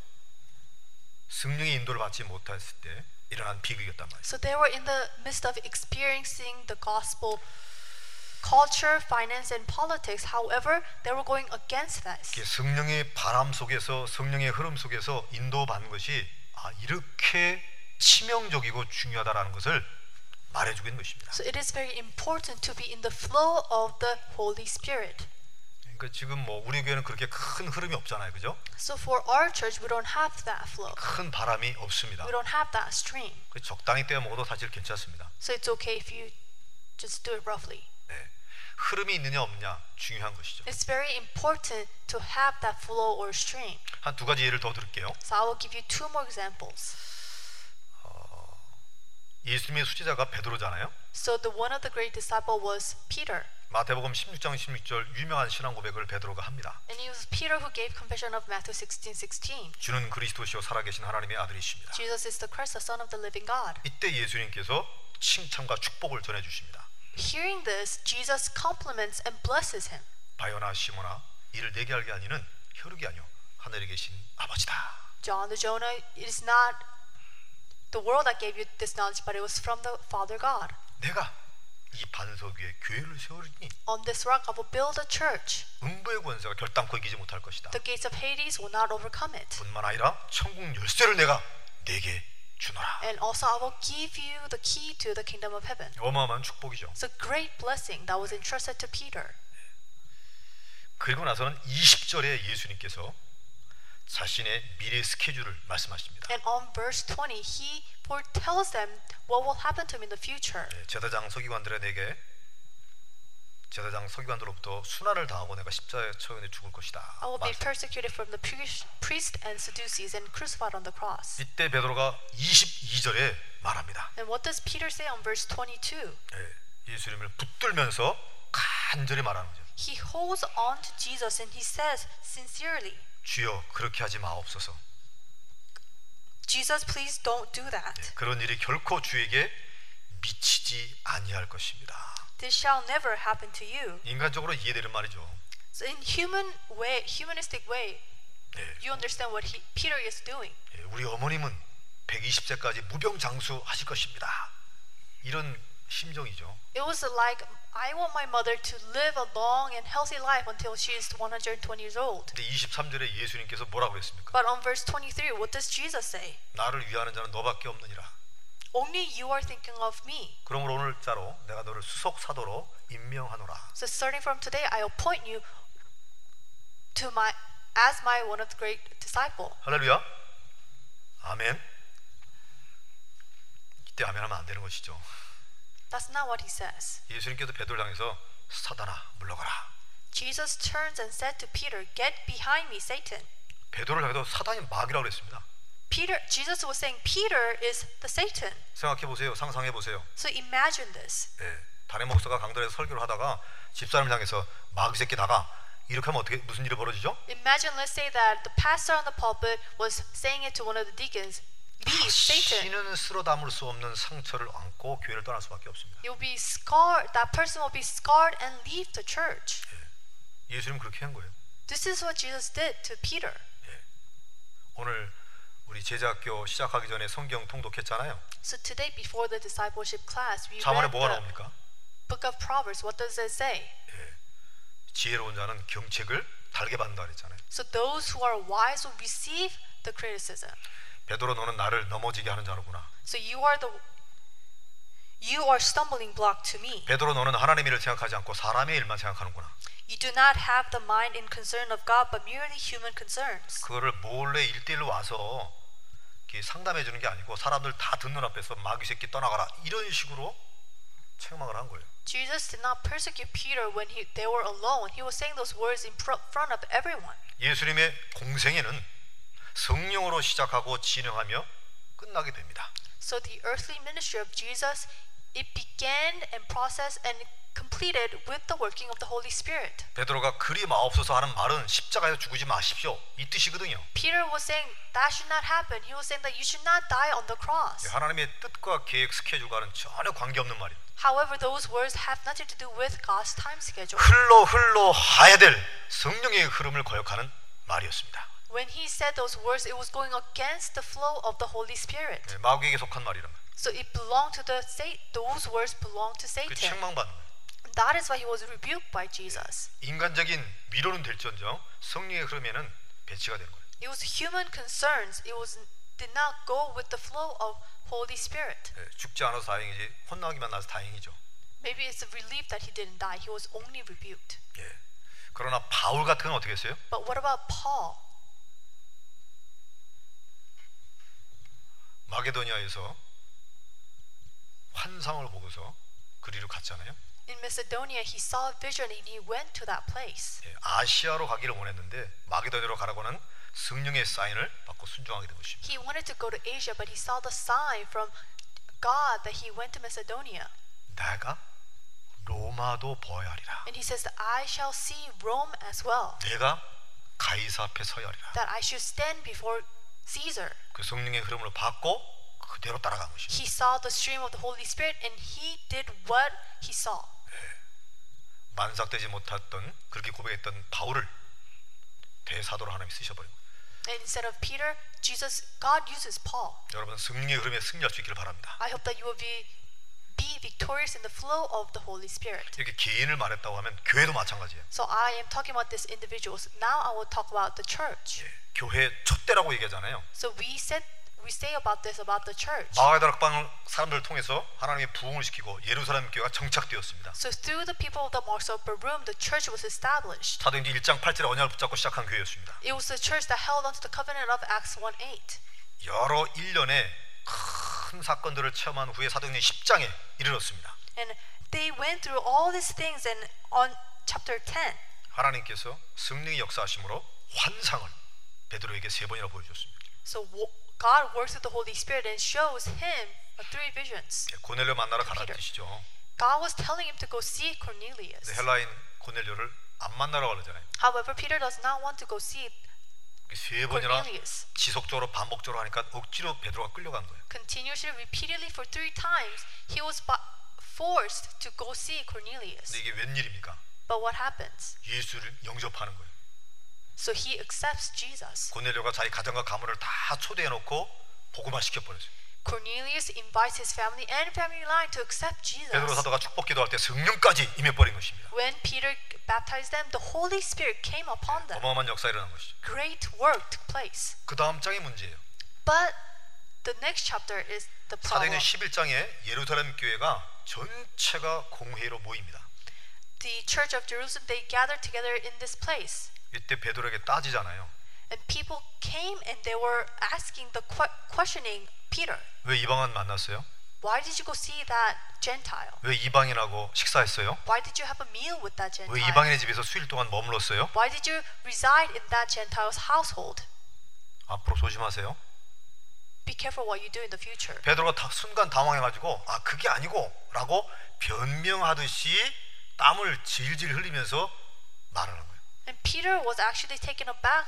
성령의 인도를 받지 못했을 때 일어난 비극이었단 말이에요.
So they were in the midst of experiencing the gospel culture, finance, and politics. However, they were going against this.
이게 성령의 바람 속에서 성령의 흐름 속에서 인도받는 것이 아, 이렇게 치명적이고 중요하다라는 것을 말해주고 있는 것입니다.
So it is very important to be in the flow of the Holy Spirit.
그러니까 지금 뭐 우리 교회는 그렇게 큰 흐름이 없잖아요, 그죠?
So for our church, we don't have that flow.
큰 바람이 없습니다.
We don't have that stream.
그 적당히 떼어 먹어도 사실 괜찮습니다.
So it's okay if you just do it roughly.
네. 흐름이 있느냐 없냐 중요한 것이죠.
It's very important to have that flow or stream.
한 두 가지 예를 더 들을게요.
So I will give you two more examples.
예수님의 수제자가 베드로잖아요.
So the one of the great disciple was Peter,
마태복음 16장 16절 유명한 신앙 고백을 베드로가 합니다.
and it was Peter who gave confession of Matthew 16:16.
주는 그리스도시요 살아계신 하나님의 아들이십니다.
Jesus is the Christ, the Son of the Living God.
이때 예수님께서 칭찬과 축복을 전해 주십니다.
Hearing this, Jesus compliments and blesses him.
바요나 시모나 이를 내게 알게 하니는 혈육이 아니요 하늘에 계신 아버지다.
John the Jonah, it is not the world that gave you this knowledge, but it was from the Father God.
내가 이 반석 위에 교회를 세우리니
On this rock I will build a church.
음부의 권세가 결단코 이기지 못할 것이다.
The gates of Hades will not overcome it.
뿐만 아니라 천국 열쇠를 내가 내게 주노라.
And also I will give you the key to the kingdom of heaven.
어마어마한 축복이죠.
It's a great blessing that was entrusted to Peter.
그리고 나서는 20절에 예수님께서 자신의 미래 스케줄을 말씀하십니다.
And on verse 20, he foretells them what will happen to him in the future.
네, 제사장 서기관들의 내게 제사장 서기관들로부터 순환을 당하고 내가 십자에 처형해 죽을 것이다.
I will be
만세.
persecuted from the pri- priest and Sadducees and crucified on the cross.
이때 베드로가 22절에 말합니다.
And what does Peter say on verse 22?
예, 예수님을 붙들면서 간절히 말하는 거죠.
He holds on to Jesus and he says sincerely,
주여 그렇게 하지 마옵소서.
Jesus, please don't do that.
그런 일이 결코 주에게 미치지 아니할 것입니다.
This shall never happen to you.
인간적으로 이해되는 말이죠.
So in human way, humanistic way,
네.
you understand what he, Peter is doing.
예, 우리 어머님은 120세까지 무병장수 하실 것입니다. 이런 심정이죠.
It was like I want my mother to live a long and healthy life until she is 120 years old.
근데 23절에 예수님께서 뭐라고 했습니까?
But on verse 23, what does Jesus say?
나를 위하는 자는 너밖에 없느니라.
Only you are thinking of me.
그러므로 오늘자로 내가 너를 수석 사도로 임명하노라.
So starting from today, I appoint you to my as my one of the great disciple.
할렐루야. 아멘. 이때 아멘하면 안 되는 것이죠.
That's not what he says.
예수님께서 베드로를 향해서 사단아 물러가라.
Jesus turns and said to Peter, "Get behind me, Satan."
베드로를 향해서 사단이 마귀라고 그랬습니다.
Peter, Jesus was saying, Peter is the Satan.
생각해 보세요. 상상해 보세요.
So imagine this.
예, 다른 목사가 강단에서 설교를 하다가 집사람을 향해서 마귀 새끼 나가 이렇게 하면 어떻게 무슨 일이 벌어지죠?
Imagine, let's say that the pastor on the pulpit was saying it to one of the deacons,
Oh,
"Leave, Satan."
신은 쓸어 담을 수 없는 상처를 안고 교회를 떠날 수밖에 없습니다.
You'll be scarred. That person will be scarred and leave the church.
예수님 은 그렇게 한 거예요.
This is what Jesus did to Peter.
오늘 우리 제자학교 시작하기 전에 성경 통독했잖아요.
So today, before the discipleship class, we
자문에
read
뭐가
the
나옵니까? 예.
book of Proverbs. What does it say?
지혜로운 자는 경책을 달게 받는다 그랬잖아요.
So those who are wise will receive the criticism.
베드로 너는 나를 넘어지게 하는 자로구나.
So you are the you are stumbling block to me.
베드로 너는 하나님의 일을 생각하지 않고 사람의 일만 생각하는구나.
You do not have the mind in concern of God, but merely human concerns.
그거를 몰래 일대일로 와서 이렇게 상담해 주는 게 아니고 사람들 다 듣는 앞에서 마귀 새끼 떠나가라 이런 식으로 책망을 한 거예요.
Jesus did not persecute Peter when he, they were alone. He was saying those words in fro- front of everyone.
예수님의 공생애는 성령으로 시작하고 진행하며 끝나게 됩니다.
So the earthly ministry of Jesus, it began and processed and completed with the working of the Holy Spirit.
베드로가 그리 마옵소서 하는 말은 십자가에서 죽지 마십시오 이 뜻이거든요.
Peter was saying that should not happen. He was saying that you should not die on the cross.
하나님의 뜻과 계획 스케줄과는 전혀 관계없는 말입니다.
However, those words have nothing to do with God's time schedule.
흘러 흘러 하야 될 성령의 흐름을 거역하는 말이었습니다.
When he said those words, it was going against the flow of the Holy Spirit.
네, 마귀에게 속한 말이란 말이에요.
So it belonged to the Satan. Those words belonged to
그
Satan.
책망받는 거예요.
That is why he was rebuked by Jesus.
인간적인 위로는 될지언정 성령의 흐름에는 배치가 되는 거예요.
It was human concerns. It was did not go with the flow of Holy Spirit.
예, 죽지 않아서 다행이지 혼나기만 나서 다행이죠.
Maybe it's a relief that he didn't die. He was only rebuked.
예. 그러나 바울 같은 건 어떻게 했어요?
But what about Paul?
마게도니아에서 환상을 보고서 그리로 갔잖아요.
In Macedonia, he saw a vision and he went to that place.
예, 아시아로 가기를 원했는데 마게도니아로 가라고는 성령의 사인을 받고 순종하게 된 것입니다.
He wanted to go to Asia, but he saw the sign from God that he went to Macedonia.
내가 로마도 보아하리라.
And he says, that I shall see Rome as well,
내가 가이사 앞에 서야 하리라.
that I should stand before Caesar.
그 성령의 흐름을 받고 그대로 따라간 것입니다.
He saw the stream of the Holy Spirit and he did what he saw.
만삭되지 못했던 그렇게 고백했던 바울을 대사도로 하나님이 쓰셔버리고
And instead of Peter, Jesus, God uses Paul.
여러분 성령의 흐름에 승리할 수 있기를 바랍니다.
I hope that you will be, be victorious in the flow of the Holy Spirit.
이렇게 개인을 말했다고 하면 교회도 마찬가지예요.
So I am talking about these individuals. Now I will talk about the church.
예, 교회 촛대라고 얘기하잖아요.
So we said we say about this about the church.
Ah. 마가다락방 사람들을 통해서 하나님의 부흥을 시키고 예루살렘 교회가 정착되었습니다.
So through the people of the Marks of Barum, the church was established.
사도행전 1장 8절에 언약을 붙잡고 시작한 교회였습니다.
It was the church that held onto the covenant of Acts 1:8.
여러 일련의 큰 사건들을 체험한 후에 사도행전 10장에 이르렀습니다.
And they went through all these things and on chapter 10
하나님께서 성령의 역사하심으로 환상을 베드로에게 세 번이나 보여줬습니다.
So wo- God works with the Holy Spirit and shows him uh, three visions.
예, 고넬료 만나러 가라는
Peter.
뜻이죠.
God was telling him to go see Cornelius.
근데 헬라인 고넬료를 안 만나러 가잖아요.
However, Peter does not want to go see
세 번이나
Cornelius.
지속적으로 반복적으로 하니까 억지로 베드로가 끌려간 거예요.
Continuously, repeatedly for three times, he was bu- forced to go see Cornelius.
근데 이게 웬일입니까?
But what happens?
예수를 영접하는 거예요.
So he accepts Jesus.
고넬료가 자기 가정과 가문을 다 초대해 놓고 복음화 시켜 버렸어요.
Cornelius invites his family and family line to accept
베드로
Jesus.
사도가 축복기도할 때 성령까지 임해 버린 것입니다.
When Peter baptized them, the Holy Spirit came upon them.
어마어마한 역사 가 일어난 것이죠.
Great work took place.
그 다음 장이 문제예요.
But the next chapter is the problem.
사도행전 11장에 예루살렘 교회가 전체가 공회로 모입니다.
The church of Jerusalem they gathered together in this place,
이때 베드로에게 따지잖아요.
and people came and they were asking the que- questioning Peter,
왜 이방인 만났어요?
why did you go see that Gentile?
왜 이방인하고 식사했어요?
Why did you have a meal with that
왜
Gentile?
이방인의 집에서 수일 동안 머물렀어요?
Why did you reside in that Gentile's household?
앞으로 조심하세요.
Be careful what you do in the future.
베드로가 다 순간 당황해가지고 아 그게 아니고라고 변명하듯이 땀을 질질 흘리면서 말하는 거예요.
And Peter was actually taken aback,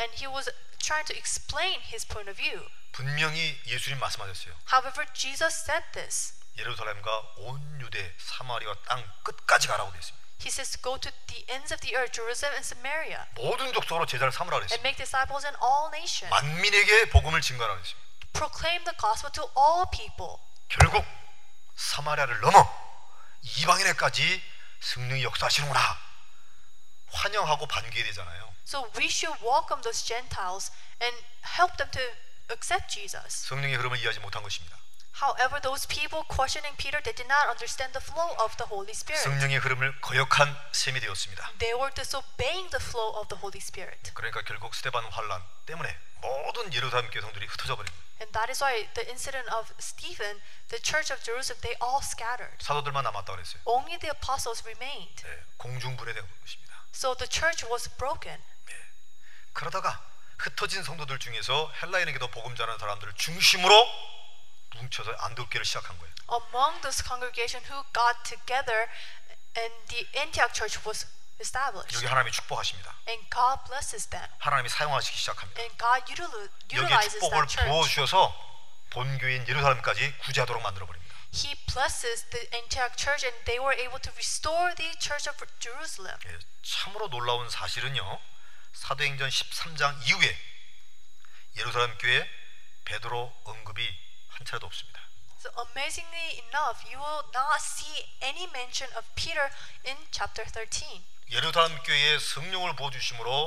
and he was trying to explain his point of view.
분명히 예수님 말씀하셨어요.
However, Jesus said this.
예루살렘과 온 유대, 사마리아 땅 끝까지 가라고 되어 있습니다.
He says to go to the ends of the earth, Jerusalem and Samaria,
모든 족속으로 제자를 삼으라 그랬어요.
and make disciples in all nations.
만민에게 복음을 증가하라 그랬어요.
proclaim the gospel to all people.
결국 사마리아를 넘어 이방인에까지 성령이 역사하시는구나. 환영하고 반기게 되잖아요.
So we should welcome those Gentiles and help them to accept Jesus.
성령의 흐름을 이해하지 못한 것입니다.
However, those people questioning Peter, they did not understand the flow of the Holy Spirit.
성령의 흐름을 거역한 셈이 되었습니다.
They were disobeying the flow of the Holy Spirit.
그러니까 결국 스테반 환란 때문에 모든 예루살렘 교회 성들이 흩어져 버린 거예요.
And that is why the incident of Stephen, the church of Jerusalem, they all scattered.
사도들만 남았다 그랬어요.
Only the apostles remained.
네, 공중분해된 것입니다.
So the church was broken.
그러다가 흩어진 성도들 중에서 헬라인에게도 복음 전하는 사람들을 중심으로 뭉쳐서 안디옥교를 시작한 거예요.
Among those congregation who got together, and the Antioch church was established.
여기 하나님이 축복하십니다.
And God blesses them.
하나님이 사용하시기 시작합니다.
And God utili-
여기에
utilizes
축복을
that 네, church.
부어주셔서 본교인 예루살렘까지 구제하도록 만들어 버립니다.
He blesses the Antioch church, and they were able to restore the church of Jerusalem.
예, 참으로 놀라운 사실은요. 사도행전 13장 이후에 예루살렘 교회 베드로 언급이 한 차례도 없습니다.
So amazingly enough, you will not see any mention of Peter in chapter 13.
예루살렘 교회에 성령을 부어 주심으로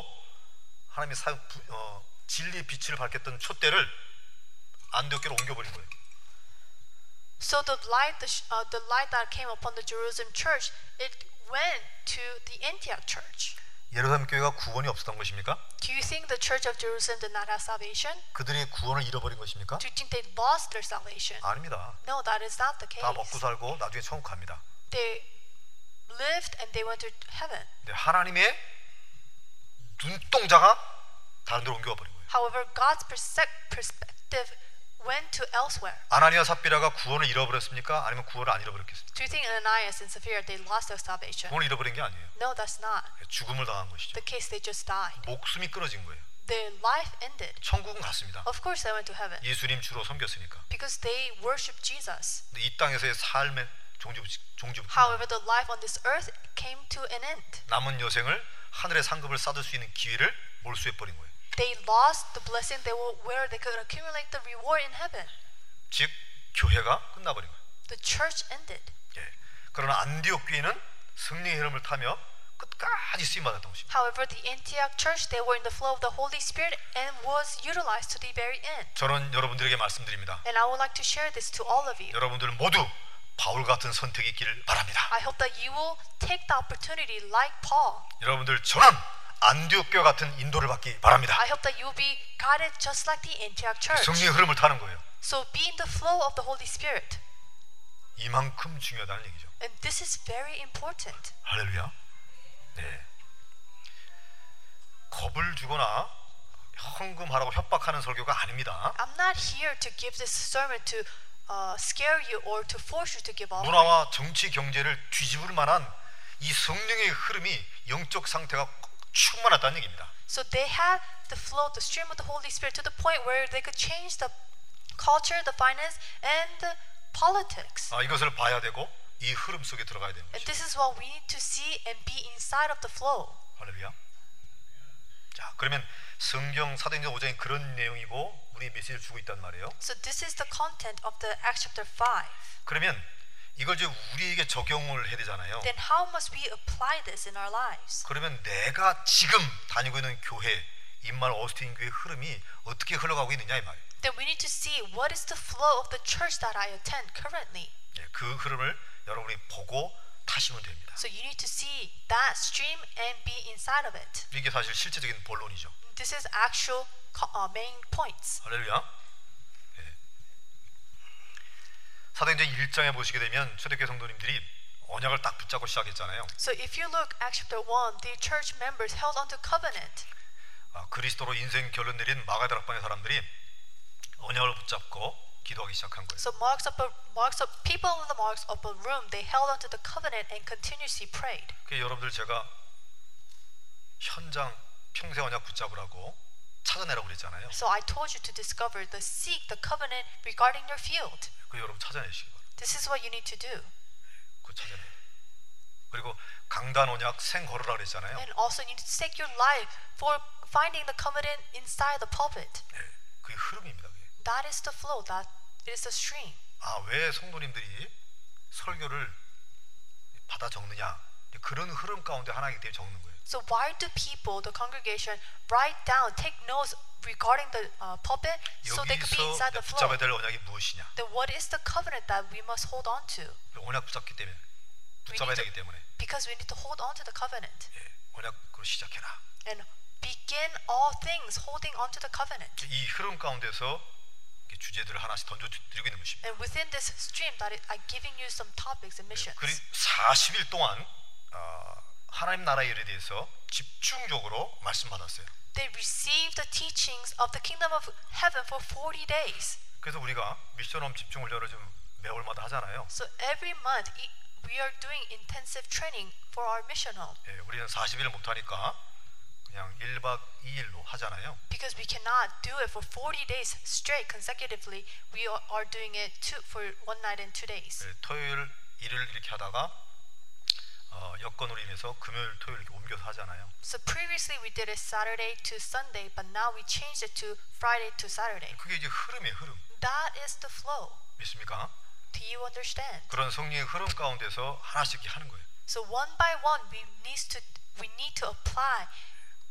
하나님의 사, 부- 어, 진리의 빛을 밝혔던 촛대를 안디옥교로 옮겨버린 거예요.
So the light, the, sh- uh, the light that came upon the Jerusalem church, it went to the Antioch church.
예루살렘 교회가 구원이 없었던 것입니까?
Do you think the church of Jerusalem did not have salvation?
그들이 구원을 잃어버린 것입니까?
Do you think they lost their salvation?
아닙니다.
No, that is not the case.
다 먹고 살고 나중에 천국 갑니다.
They lived and they went to heaven.
근데 하나님의 눈동자가 다른 데로 옮겨가 버린 거예요.
However, God's perse- perspective went to elsewhere.
아나니아 삽비라가 구원을 잃어버렸습니까? 아니면 구원을 안 잃어버렸겠습니까?
Do you think Ananias and Sapphira they lost their salvation?
구원을 잃어버린 게 아니에요.
No, that's not
죽음을 당한 것이죠.
the case. They just died.
목숨이 끊어진 거예요.
Their life ended.
천국은 갔습니다.
Of course, they went to heaven
예수님 주로 섬겼으니까.
because they worshiped Jesus.
근데 이 땅에서의 삶의 종지 종지
However, the life on this earth came to an end.
남은 여생을 하늘의 상급을 쌓을 수 있는 기회를 몰수해 버린 거예요.
They lost the blessing they were where they could accumulate the reward in heaven.
즉 교회가 끝나버린 거예요.
The church ended.
예. 그러나 안디옥 교회는 승리의 흐름을 타며 끝까지 쓰임 받았던 것입니다.
However, the Antioch church they were in the flow of the Holy Spirit and was utilized to the very end.
저는 여러분들에게 말씀드립니다.
And I would like to share this to all of you.
여러분들 모두 바울 같은 선택이 있기를 바랍니다.
I hope that you will take the opportunity like Paul.
여러분들 저는 안디옥 교회 같은 인도를 받기 바랍니다.
I hope that you will be guided just like the Antioch church.
승리의 흐름을 타는 거예요.
So be in the flow of the Holy Spirit.
이만큼 중요하다는 얘기죠.
And this is very important.
할렐루야. 네. 겁을 주거나 헌금하라고 협박하는 설교가 아닙니다.
I'm not here to give this sermon to uh, scare you or to force you to give offering.
문화와 정치 경제를 뒤집을 만한 이 성령의 흐름이 영적 상태가 충만하다는 얘기입니다.
So they had the flow, the stream of the Holy Spirit to the point where they could change the culture, the finance, and the politics.
아, 이것을 봐야 되고 이 흐름 속에 들어가야 되는 거죠.
And this is what we need to see and be inside of the flow.
할렐루야. 자, 그러면 성경 사도행전 5장이 그런 내용이고 우리 메시지를 주고 있단 말이에요.
So this is the content of the Acts chapter 5.
그러면 이걸 이제 우리에게 적용을 해야 되잖아요.
then how must we apply this in our lives?
그러면 내가 지금 다니고 있는 교회 인말 어스틴 교회 흐름이 어떻게 흘러가고 있느냐 이 말이에요.
Then we need to see what is the flow of the church that I attend currently.
예, 그 흐름을 여러분이 보고 타시면 됩니다.
So you need to see that stream and be inside of it.
이게 사실 실제적인 본론이죠.
This is actual co- uh, main points.
할렐루야. 예. 사도행전 1장에 보시게 되면 초대교회 성도님들이 언약을 딱 붙잡고 시작했잖아요.
So if you look Acts chapter 1, the church members held onto covenant.
아, 그리스도로 인생 결론 내린 마가다락방의 사람들이 언약을 붙잡고 기도하기 시작한 거예요.
So marks of a, marks of people in the marks of a room, they held onto the covenant and continuously prayed.
그 여러분들 제가 현장 평생 언약 붙잡으라고 찾아내라고 그랬잖아요.
So I told you to discover the seek the covenant regarding your field.
그 여러분 찾아내시기 바랍니다.
This is what you need to do.
그거 찾아내. 그리고 강단 언약 생 걸으라 그랬잖아요.
And also, you need to stake your life for finding the covenant inside the pulpit.
네, 그게 흐름입니다. 그게.
That is the flow. That is the stream.
아 왜 성도님들이 설교를 받아 적느냐 그런 흐름 가운데 하나이기 때문에 적는 거예요.
So why do people, the congregation, write down, take notes regarding the uh, pulpit, so they could be
여기서
inside
내가
the
붙잡아야
flow?
될 언약이 무엇이냐?
Then what is the covenant that we must hold on to?
언약 붙잡기 때문에 붙잡아야 되기 때문에
Because we need to hold on to the covenant
예, 언약으로 시작해라.
and begin all things holding on to the covenant.
이 흐름 가운데서 이렇게 주제들을 하나씩 던져드리고 있는 것입니다.
And within this stream, that I- I'm giving you some topics and missions.
그리 40일 동안 아, 하나님 나라의 일에 대해서 집중적으로 말씀받았어요.
They received the teachings of the kingdom of heaven for 40 days.
그래서 우리가 미션홈 집중 훈련을 좀 매월마다 하잖아요.
So every month e- we are doing intensive training for our mission home
예, 우리는 40일 못하니까 그냥 1박 2일로 하잖아요.
because we cannot do it for 40 days straight consecutively. We are, are doing it two, for one night and two days.
예, 토요일, 일요일 이렇게 하다가 어, 여건으로 인해서 금요일, 토요일 이렇게 옮겨서 하잖아요.
So previously we did it Saturday to Sunday, but now we changed it to Friday to Saturday.
그게 이제 흐름이에요, 흐름.
That is the flow.
믿습니까?
Do you understand?
그런 성리의 흐름 가운데서 하나씩 이렇게 하는 거예요.
So one by one we need to we need to apply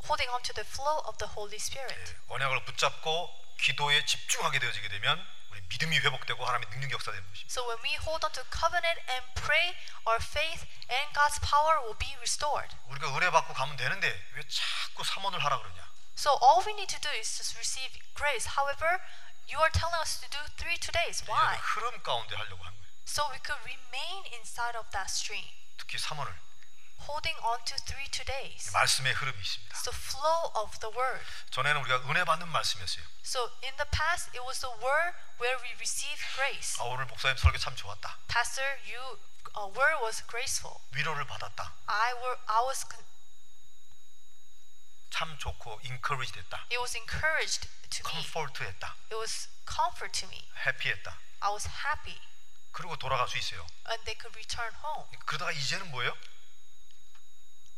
holding on to the flow of the Holy Spirit.
예, 언약을 붙잡고 기도에 집중하게 되어지게 되면 우리 믿음이 회복되고 하나님의 능력이 역사되는 것입니다.
So when we hold on to covenant and pray, our faith and God's power will be restored.
우리가 의뢰받고 가면 되는데 왜 자꾸 사모를 하라 그러냐?
So all we need to do is just receive grace. However, you are telling us to do three todays.
이런
Why?
흐름 가운데 하려고 하는 거예요.
So we could remain inside of that stream,
특히 사모를
holding on to three todays.
말씀의 흐름이 있습니다.
It's the flow of the word.
전에는 우리가 은혜 받는 말씀이었어요.
So in the past, it was the word where we received grace.
아 오늘 목사님 설교 참 좋았다.
Pastor, you uh, word was graceful.
위로를 받았다.
I were I was con-
참 좋고 인커리지 됐다.
it was encouraged to me.
컴포트했다.
It was comfort to me.
해피했다.
I was happy,
그리고 돌아갈 수 있어요.
and they could return home.
그러다가 이제는 뭐예요?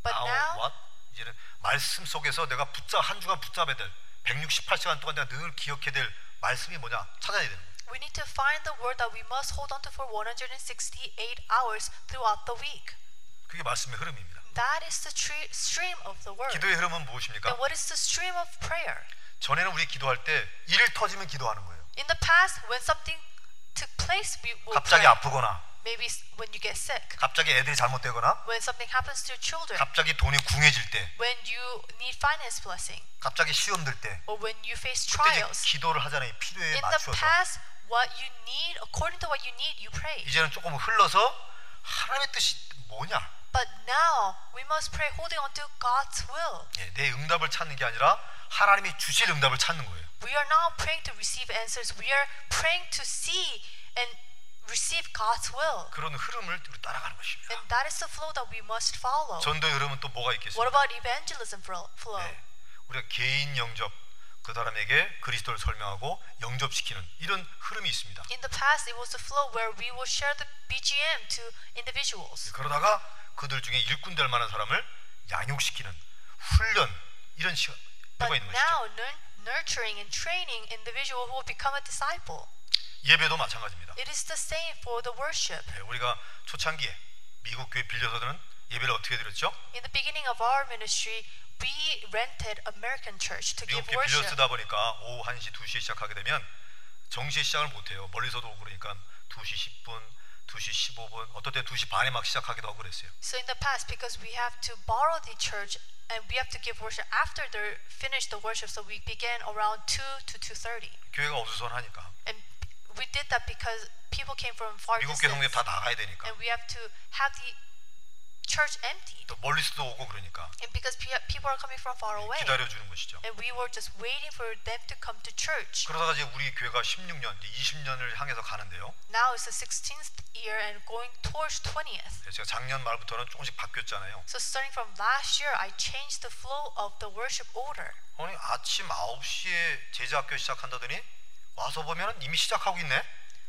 But
Now
now,
what? 이제는 말씀 속에서 내가 붙잡 한 주간 붙잡아야 될 168시간 동안 내가 늘 기억해야 될 말씀이 뭐냐 찾아야 되는 거예요.
we need to find the word that we must hold on to for 168 hours throughout the week.
그게 말씀의 흐름입니다.
That is the tre- stream of the word.
기도의 흐름은
And
무엇입니까?
what is the stream of prayer?
전에는 우리 기도할 때 일 터지면 기도하는 거예요.
In the past, when something took place, we will
갑자기
pray.
아프거나
Maybe s- when you get sick,
갑자기 애들이 잘못되거나
when something happens to your children,
갑자기 돈이 궁해질 때
when you need finance blessing,
갑자기 시험 들때
or when you face
그때 이제
trials.
기도를 하잖아요. 필요에
In the
맞추어서
past, what you need, according to what you need, you pray.
이제는 조금 흘러서 하나님의 뜻이 뭐냐
But now we must pray holding on to God's will.
예, 내 응답을 찾는 게 아니라 하나님이 주실 응답을 찾는 거예요.
We are not praying to receive answers. We are praying to see and receive God's will.
그런 흐름을 우리 따라가는 것입니다.
And that is the flow that we must follow.
전도의 흐름은 또 뭐가
What
있겠습니까?
about evangelism fro- flow?
네. 우리가 개인 영접 그 사람에게 그리스도를 설명하고 영접시키는 이런 흐름이 있습니다.
In the past, it was the flow where we will share the BGM to individuals.
그러다가 그들 중에 일꾼 될 만한 사람을 양육시키는 훈련 이런 시가
But
되고 있는 것이죠.
now, nur- nurturing and training individual who will become a disciple.
예배도 마찬가지입니다.
It is the same for the worship.
네, 우리가 초창기에 미국 교회 빌려서 드는 예배를 어떻게 드렸죠?
In the beginning of our ministry, we rented American church to
미국
give
교회 빌려
worship.
쓰다 보니까 오후 1시, 2시에 시작하게 되면 정시에 시작을 못해요. 멀리서도 오고 그러니까 2시 10분, 2시 15분, 어떨 때 2시 반에 막 시작하기도 하고 그랬어요.
So in the past, because we have to borrow the church and we have to give worship after they finish the worship, so we began around two to two thirty,
교회가 어수선하니까
and we did that because people came from far
미국
distance,
교회 성립 다 나가야 되니까
and we have to have the church emptied,
또 멀리서도 오고 그러니까
and because pe- people are coming from far
어,
away,
기다려주는 것이죠.
and we were just waiting for them to come to church.
그러다가 이제 우리 교회가 16년, 이제 20년을 향해서 가는데요.
Now it's the sixteenth year and going towards twentieth.
제가 작년 말부터는 조금씩 바뀌었잖아요.
So starting from last year, I changed the flow of the worship order.
아니 아침 9시에 제자학교 시작한다더니 와서 보면 이미 시작하고 있네.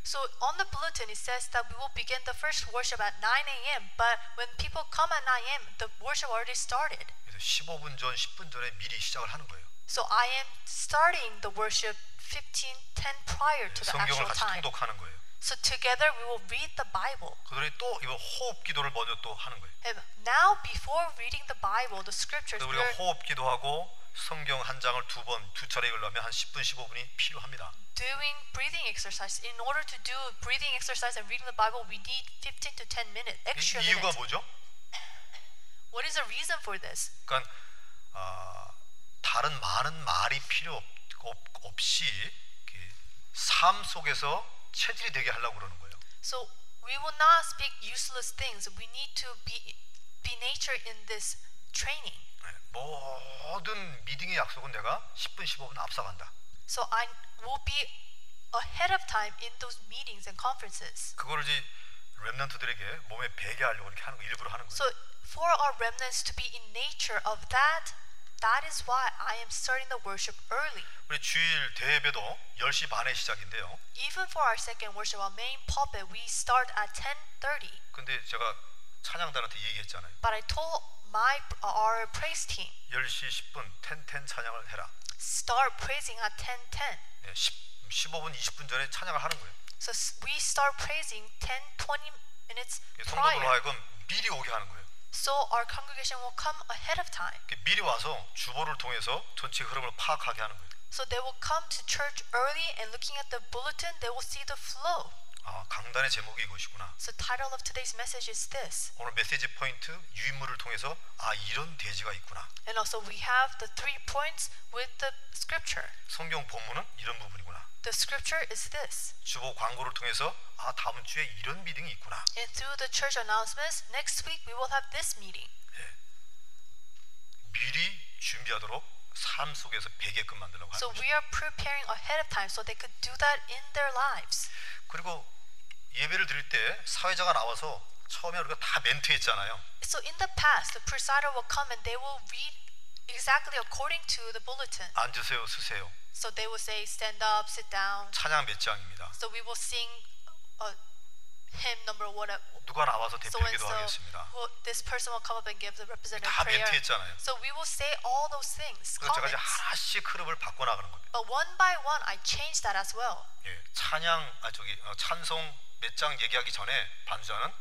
So on the bulletin, it says that we will begin the first worship at 9 a.m. But when people come at 9 a.m., the worship already started.
그래서 15분 전, 10분 전에 미리 시작을 하는 거예요.
So I am starting the worship 15, 10 prior to
네,
the
성경을
actual
같이
time.
통독하는 거예요.
So together we will read the Bible.
그들이 또 이거 호흡 기도를 먼저 또 하는 거예요.
And now, before reading the Bible, the scriptures,
그래서
we
우리가
are
호흡 기도하고 성경 한 장을 두 번, 두 차례 읽으려면 한 10분, 15분이 필요합니다.
doing breathing exercise. In order to do breathing exercise and reading the Bible, we need 15 to 10 minutes,
이-
extra
이유가
minutes.
뭐죠?
What is the reason for this?
그러니까 아, 다른 많은 말이 필요 없, 없, 없이 이렇게 삶 속에서 체질이 되게 하려고 그러는 거예요.
So we will not speak useless things. We need to be be nature in this training.
네, 모든 미팅의 약속은 내가 10분, 15분 앞서간다.
So I will be ahead of time in those meetings and conferences.
그거를 이제 렘넌트들에게 몸에 배게 하려고 이렇게 하는 거, 일부러 하는 거예요.
So for our remnants to be in nature of that, that is why I am starting the worship early.
우리 주일 대예배도 10시 반에 시작인데요.
Even for our second worship, our main pulpit, we start at 10:30.
근데 제가 찬양단한테 얘기했잖아요.
But I told my our praise team
10시 10분 텐텐 찬양을 해라.
start praising at 10:10.
네, 10, 15분 20분 전에 찬양을 하는 거예요.
So s- we start praising 10, 20 minutes
성도들로
prior.
하여금 예, 미리 오게 하는 거예요.
So our congregation will come ahead of time.
이렇게 미리 와서 주보를 통해서 전체 흐름을 파악하게 하는 거예요.
So they will come to church early and looking at the bulletin, they will see the flow.
아, 강단의 제목이 이것이구나.
So title of today's message is this.
오늘 메시지 포인트 유인물을 통해서 아 이런 돼지가 있구나.
And also we have the three points with the scripture.
성경 본문은 이런 부분이구나.
The scripture is this.
주보 광고를 통해서 아 다음 주에 이런 미팅이 있구나.
And through the church announcements, next week we will have this meeting.
미리 준비하도록 삶 속에서 배게끔 만들라고 하는
So
거죠.
we are preparing ahead of time so they could do that in their lives.
그리고 예배를 드릴 때 사회자가 나와서 처음에 우리가 다 멘트했잖아요.
So in the past, the presider will come and they will read exactly according to the bulletin.
앉으세요, 쓰세요.
So they will say, stand up, sit down.
찬양 몇 장입니다.
So we will sing uh, hymn number one. uh,
누가 나와서 대표
So and so,
기도하겠습니다.
who- this person will come up and give the representative
다
prayer.
멘트했잖아요.
So we will say all those things,
그래서 제가 이제
comments.
하나씩 흐름을 바꿔 나가는 겁니다.
But one by one, I changed that as well.
예, 찬양 아 저기 어, 찬송 몇 장 얘기하기 전에 반주자는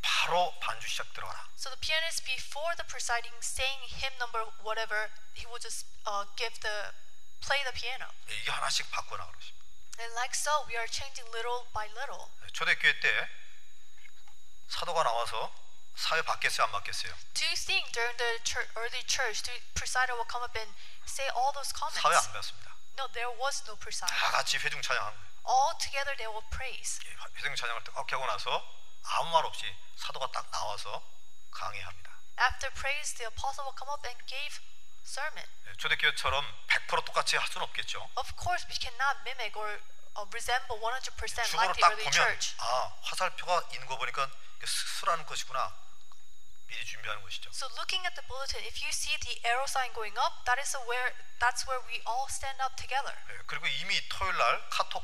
바로 반주 시작 들어가라.
So the pianist, before the presiding, saying hymn number whatever, he will just uh, give the play the piano.
예, 이게 하나씩 바꿔 나가는 거죠.
And like so, we are changing little by little.
예, 초대교회 때 사도가 나와서 사회 받겠어요, 안 받겠어요?
Do you think during the church, early church, the presider will come up and say all those comments?
사회 안 받습니다.
No, there was no
다
presider.
같이 회중 찬양한 거예요.
All together, they will praise.
예, 회중 찬양을 딱 하고 나서 아무 말 없이 사도가 딱 나와서 강의합니다.
After praise, the apostle will come up and give sermon.
예, 초대교회처럼 100% 똑같이 할 수는 없겠죠.
Of course, we cannot mimic or uh, resemble 100%
주보로
like the
딱
early
보면
church.
아 화살표가 있는 거 보니까 이게 스스라는 것이구나 미리 준비하는 것이죠.
So looking at the bulletin, if you see the arrow sign going up, that is where that's where we all stand up together.
예, 그리고 이미 토요일 날 카톡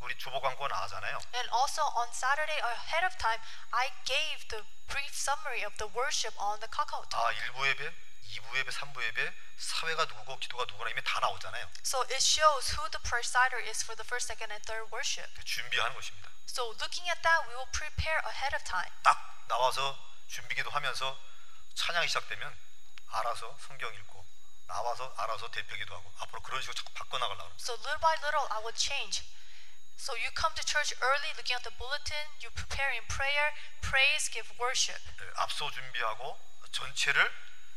우리 주보 광고 나가잖아요.
And also on Saturday ahead of time, I gave the brief summary of the worship on the Kakao Talk.
아 1부 예배, 2부 예배, 3부 예배, 사회가 누구고 기도가 누구나 이미 다 나오잖아요.
So it shows who the presider is for the first, second, and third worship.
준비하는 것입니다.
So looking at that, we will prepare ahead of time.
딱 나와서 준비기도 하면서 찬양이 시작되면 알아서 성경 읽고 나와서 알아서 대표기도 하고 앞으로 그런 식으로 자꾸 바꿔나가려고 합니다.
So little by little, I will change. So you come to church early, looking at the bulletin, you prepare in prayer, praise, give worship.
예, 앞서 준비하고 전체를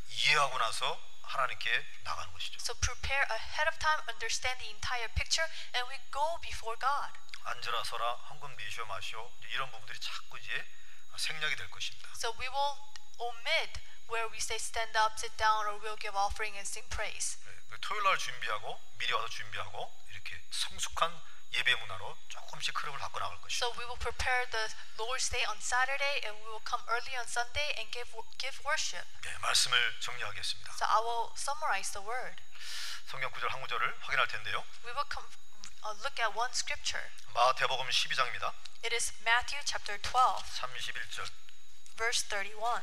이해하고 나서 하나님께 나가는 것이죠.
So prepare ahead of time, understand the entire picture, and we go before God.
앉으라 서라 헌금 내시오 마시오 이제 이런 부분들이 자꾸 이제 생략이 될 것입니다.
So we will omit where we say stand up, sit down, or we'll give offering and sing praise.
예, 그 토요일 날 준비하고 미리 와서 준비하고 이렇게 성숙한 예배 문화로 조금씩 흐름을 바꿔 나갈 것이죠.
So we will prepare the Lord's Day on Saturday, and we will come early on Sunday and give give worship.
예, 말씀을 정리하겠습니다.
So I will summarize the word.
성경 구절 한 구절을 확인할 텐데요.
We will come uh, look at one scripture.
마태복음 12장입니다.
It is Matthew chapter 12,
31절.
verse 31.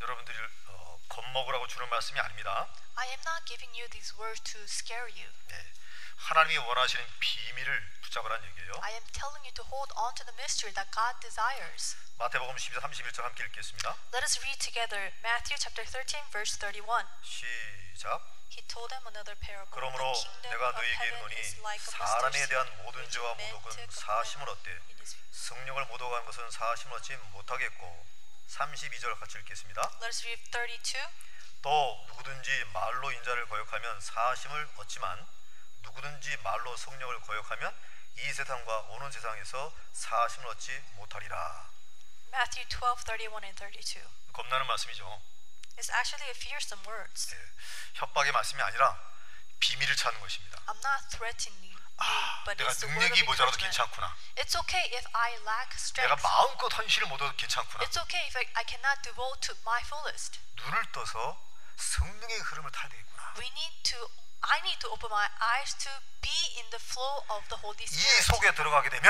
여러분들이 어, 겁먹으라고 주는 말씀이 아닙니다.
I am not giving you these words to scare you.
네. 하나님이 원하시는 비밀을 붙잡으라는 얘기예요.
I am telling you to hold on to the mystery that God desires.
마태복음 12장 31절 함께 읽겠습니다.
Let us read together Matthew chapter 13, verse 31.
시작.
He told them another parable.
그러므로
The kingdom
내가
of
너에게
heaven
이르노니
is like a
사람에
master
대한
seed,
모든
which
죄와
a man
모독은
took of
사심을
land
얻되
in his-
성령을 모독한 것은 사심을 얻지 못하겠고 32절 같이 읽겠습니다.
Let us read 32.
또 누구든지 말로 인자를 거역하면 사심을 얻지만 누구든지 말로 성령을 거역하면 이 세상과 오는 세상에서 사심을 얻지 못하리라.
Matthew 12, 31 and 32.
겁나는 말씀이죠.
It's actually a fearsome words.
예, 협박의 말씀이 아니라 비밀을 찾는 것입니다.
I'm not threatening you,
아,
음,
Ah,
but
내가
it's the word of
능력이 모자라도
encouragement.
괜찮구나.
It's okay if I lack
내가
strength.
마음껏 헌신을 못해도 괜찮구나.
It's okay if I, I cannot devote to my fullest.
눈을 떠서 성령의 흐름을 타야 되겠구나.
We need to. I need to open my eyes to be in the flow of the Holy
이
Spirit.
속에 들어가게 되면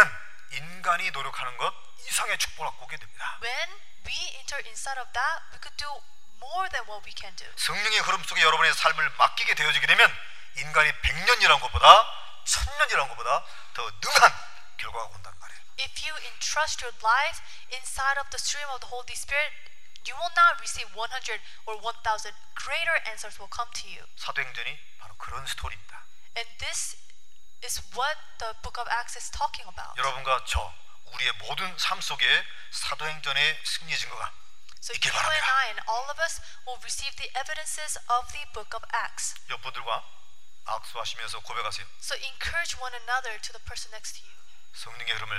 인간이 노력하는 것 이상의 축복을 갖고 오게 됩니다.
When we enter inside of that, we could do more than what we can do.
성령의 흐름 속에 여러분의 삶을 맡기게 되어지게 되면 인간이 100년이라는 것보다 1000년이라는 것보다 더 능한 결과가 온단 말이에요.
If you entrust your life inside of the stream of the Holy Spirit, you will not receive 100 or 1,000. Greater answers will come to you.
사도행전이 바로 그런 스토리입니다.
And this is what the book of Acts is talking about.
여러분과 저 우리의 모든 삶 속에 사도행전의 승리 증거가
So
있길
you and
바랍니다.
I and all of us will receive the evidences of the book of Acts.
옆분들과 악수하시면서 고백하세요.
So encourage one another to the person next to you.
성령의 흐름을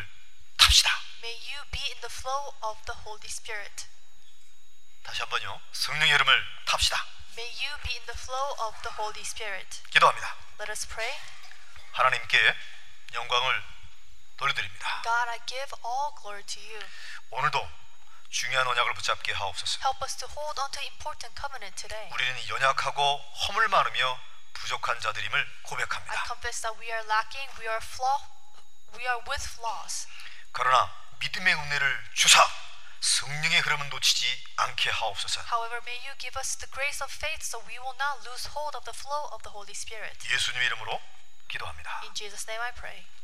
탑시다.
May you be in the flow of the Holy Spirit.
다시 한번요. 성령의 흐름을 탑시다.
May you be in the flow of the Holy Spirit.
기도합니다.
Let us pray.
하나님께 영광을 돌려드립니다.
God, I give all glory to you.
오늘도 중요한 언약을 붙잡게 하옵소서.
Help us to hold on to important covenant today.
우리는 연약하고 허물 많으며 부족한 자들임을
I
고백합니다.
confess that we are lacking, we are flaw, we are with flaws.
그러나 믿음의 은혜를 주사 성령의 흐름은 놓치지 않게 하옵소서.
However, may you give us the grace of faith so we will not lose hold of the flow of the Holy Spirit.
예수님의 이름으로 기도합니다.
In Jesus' name I pray.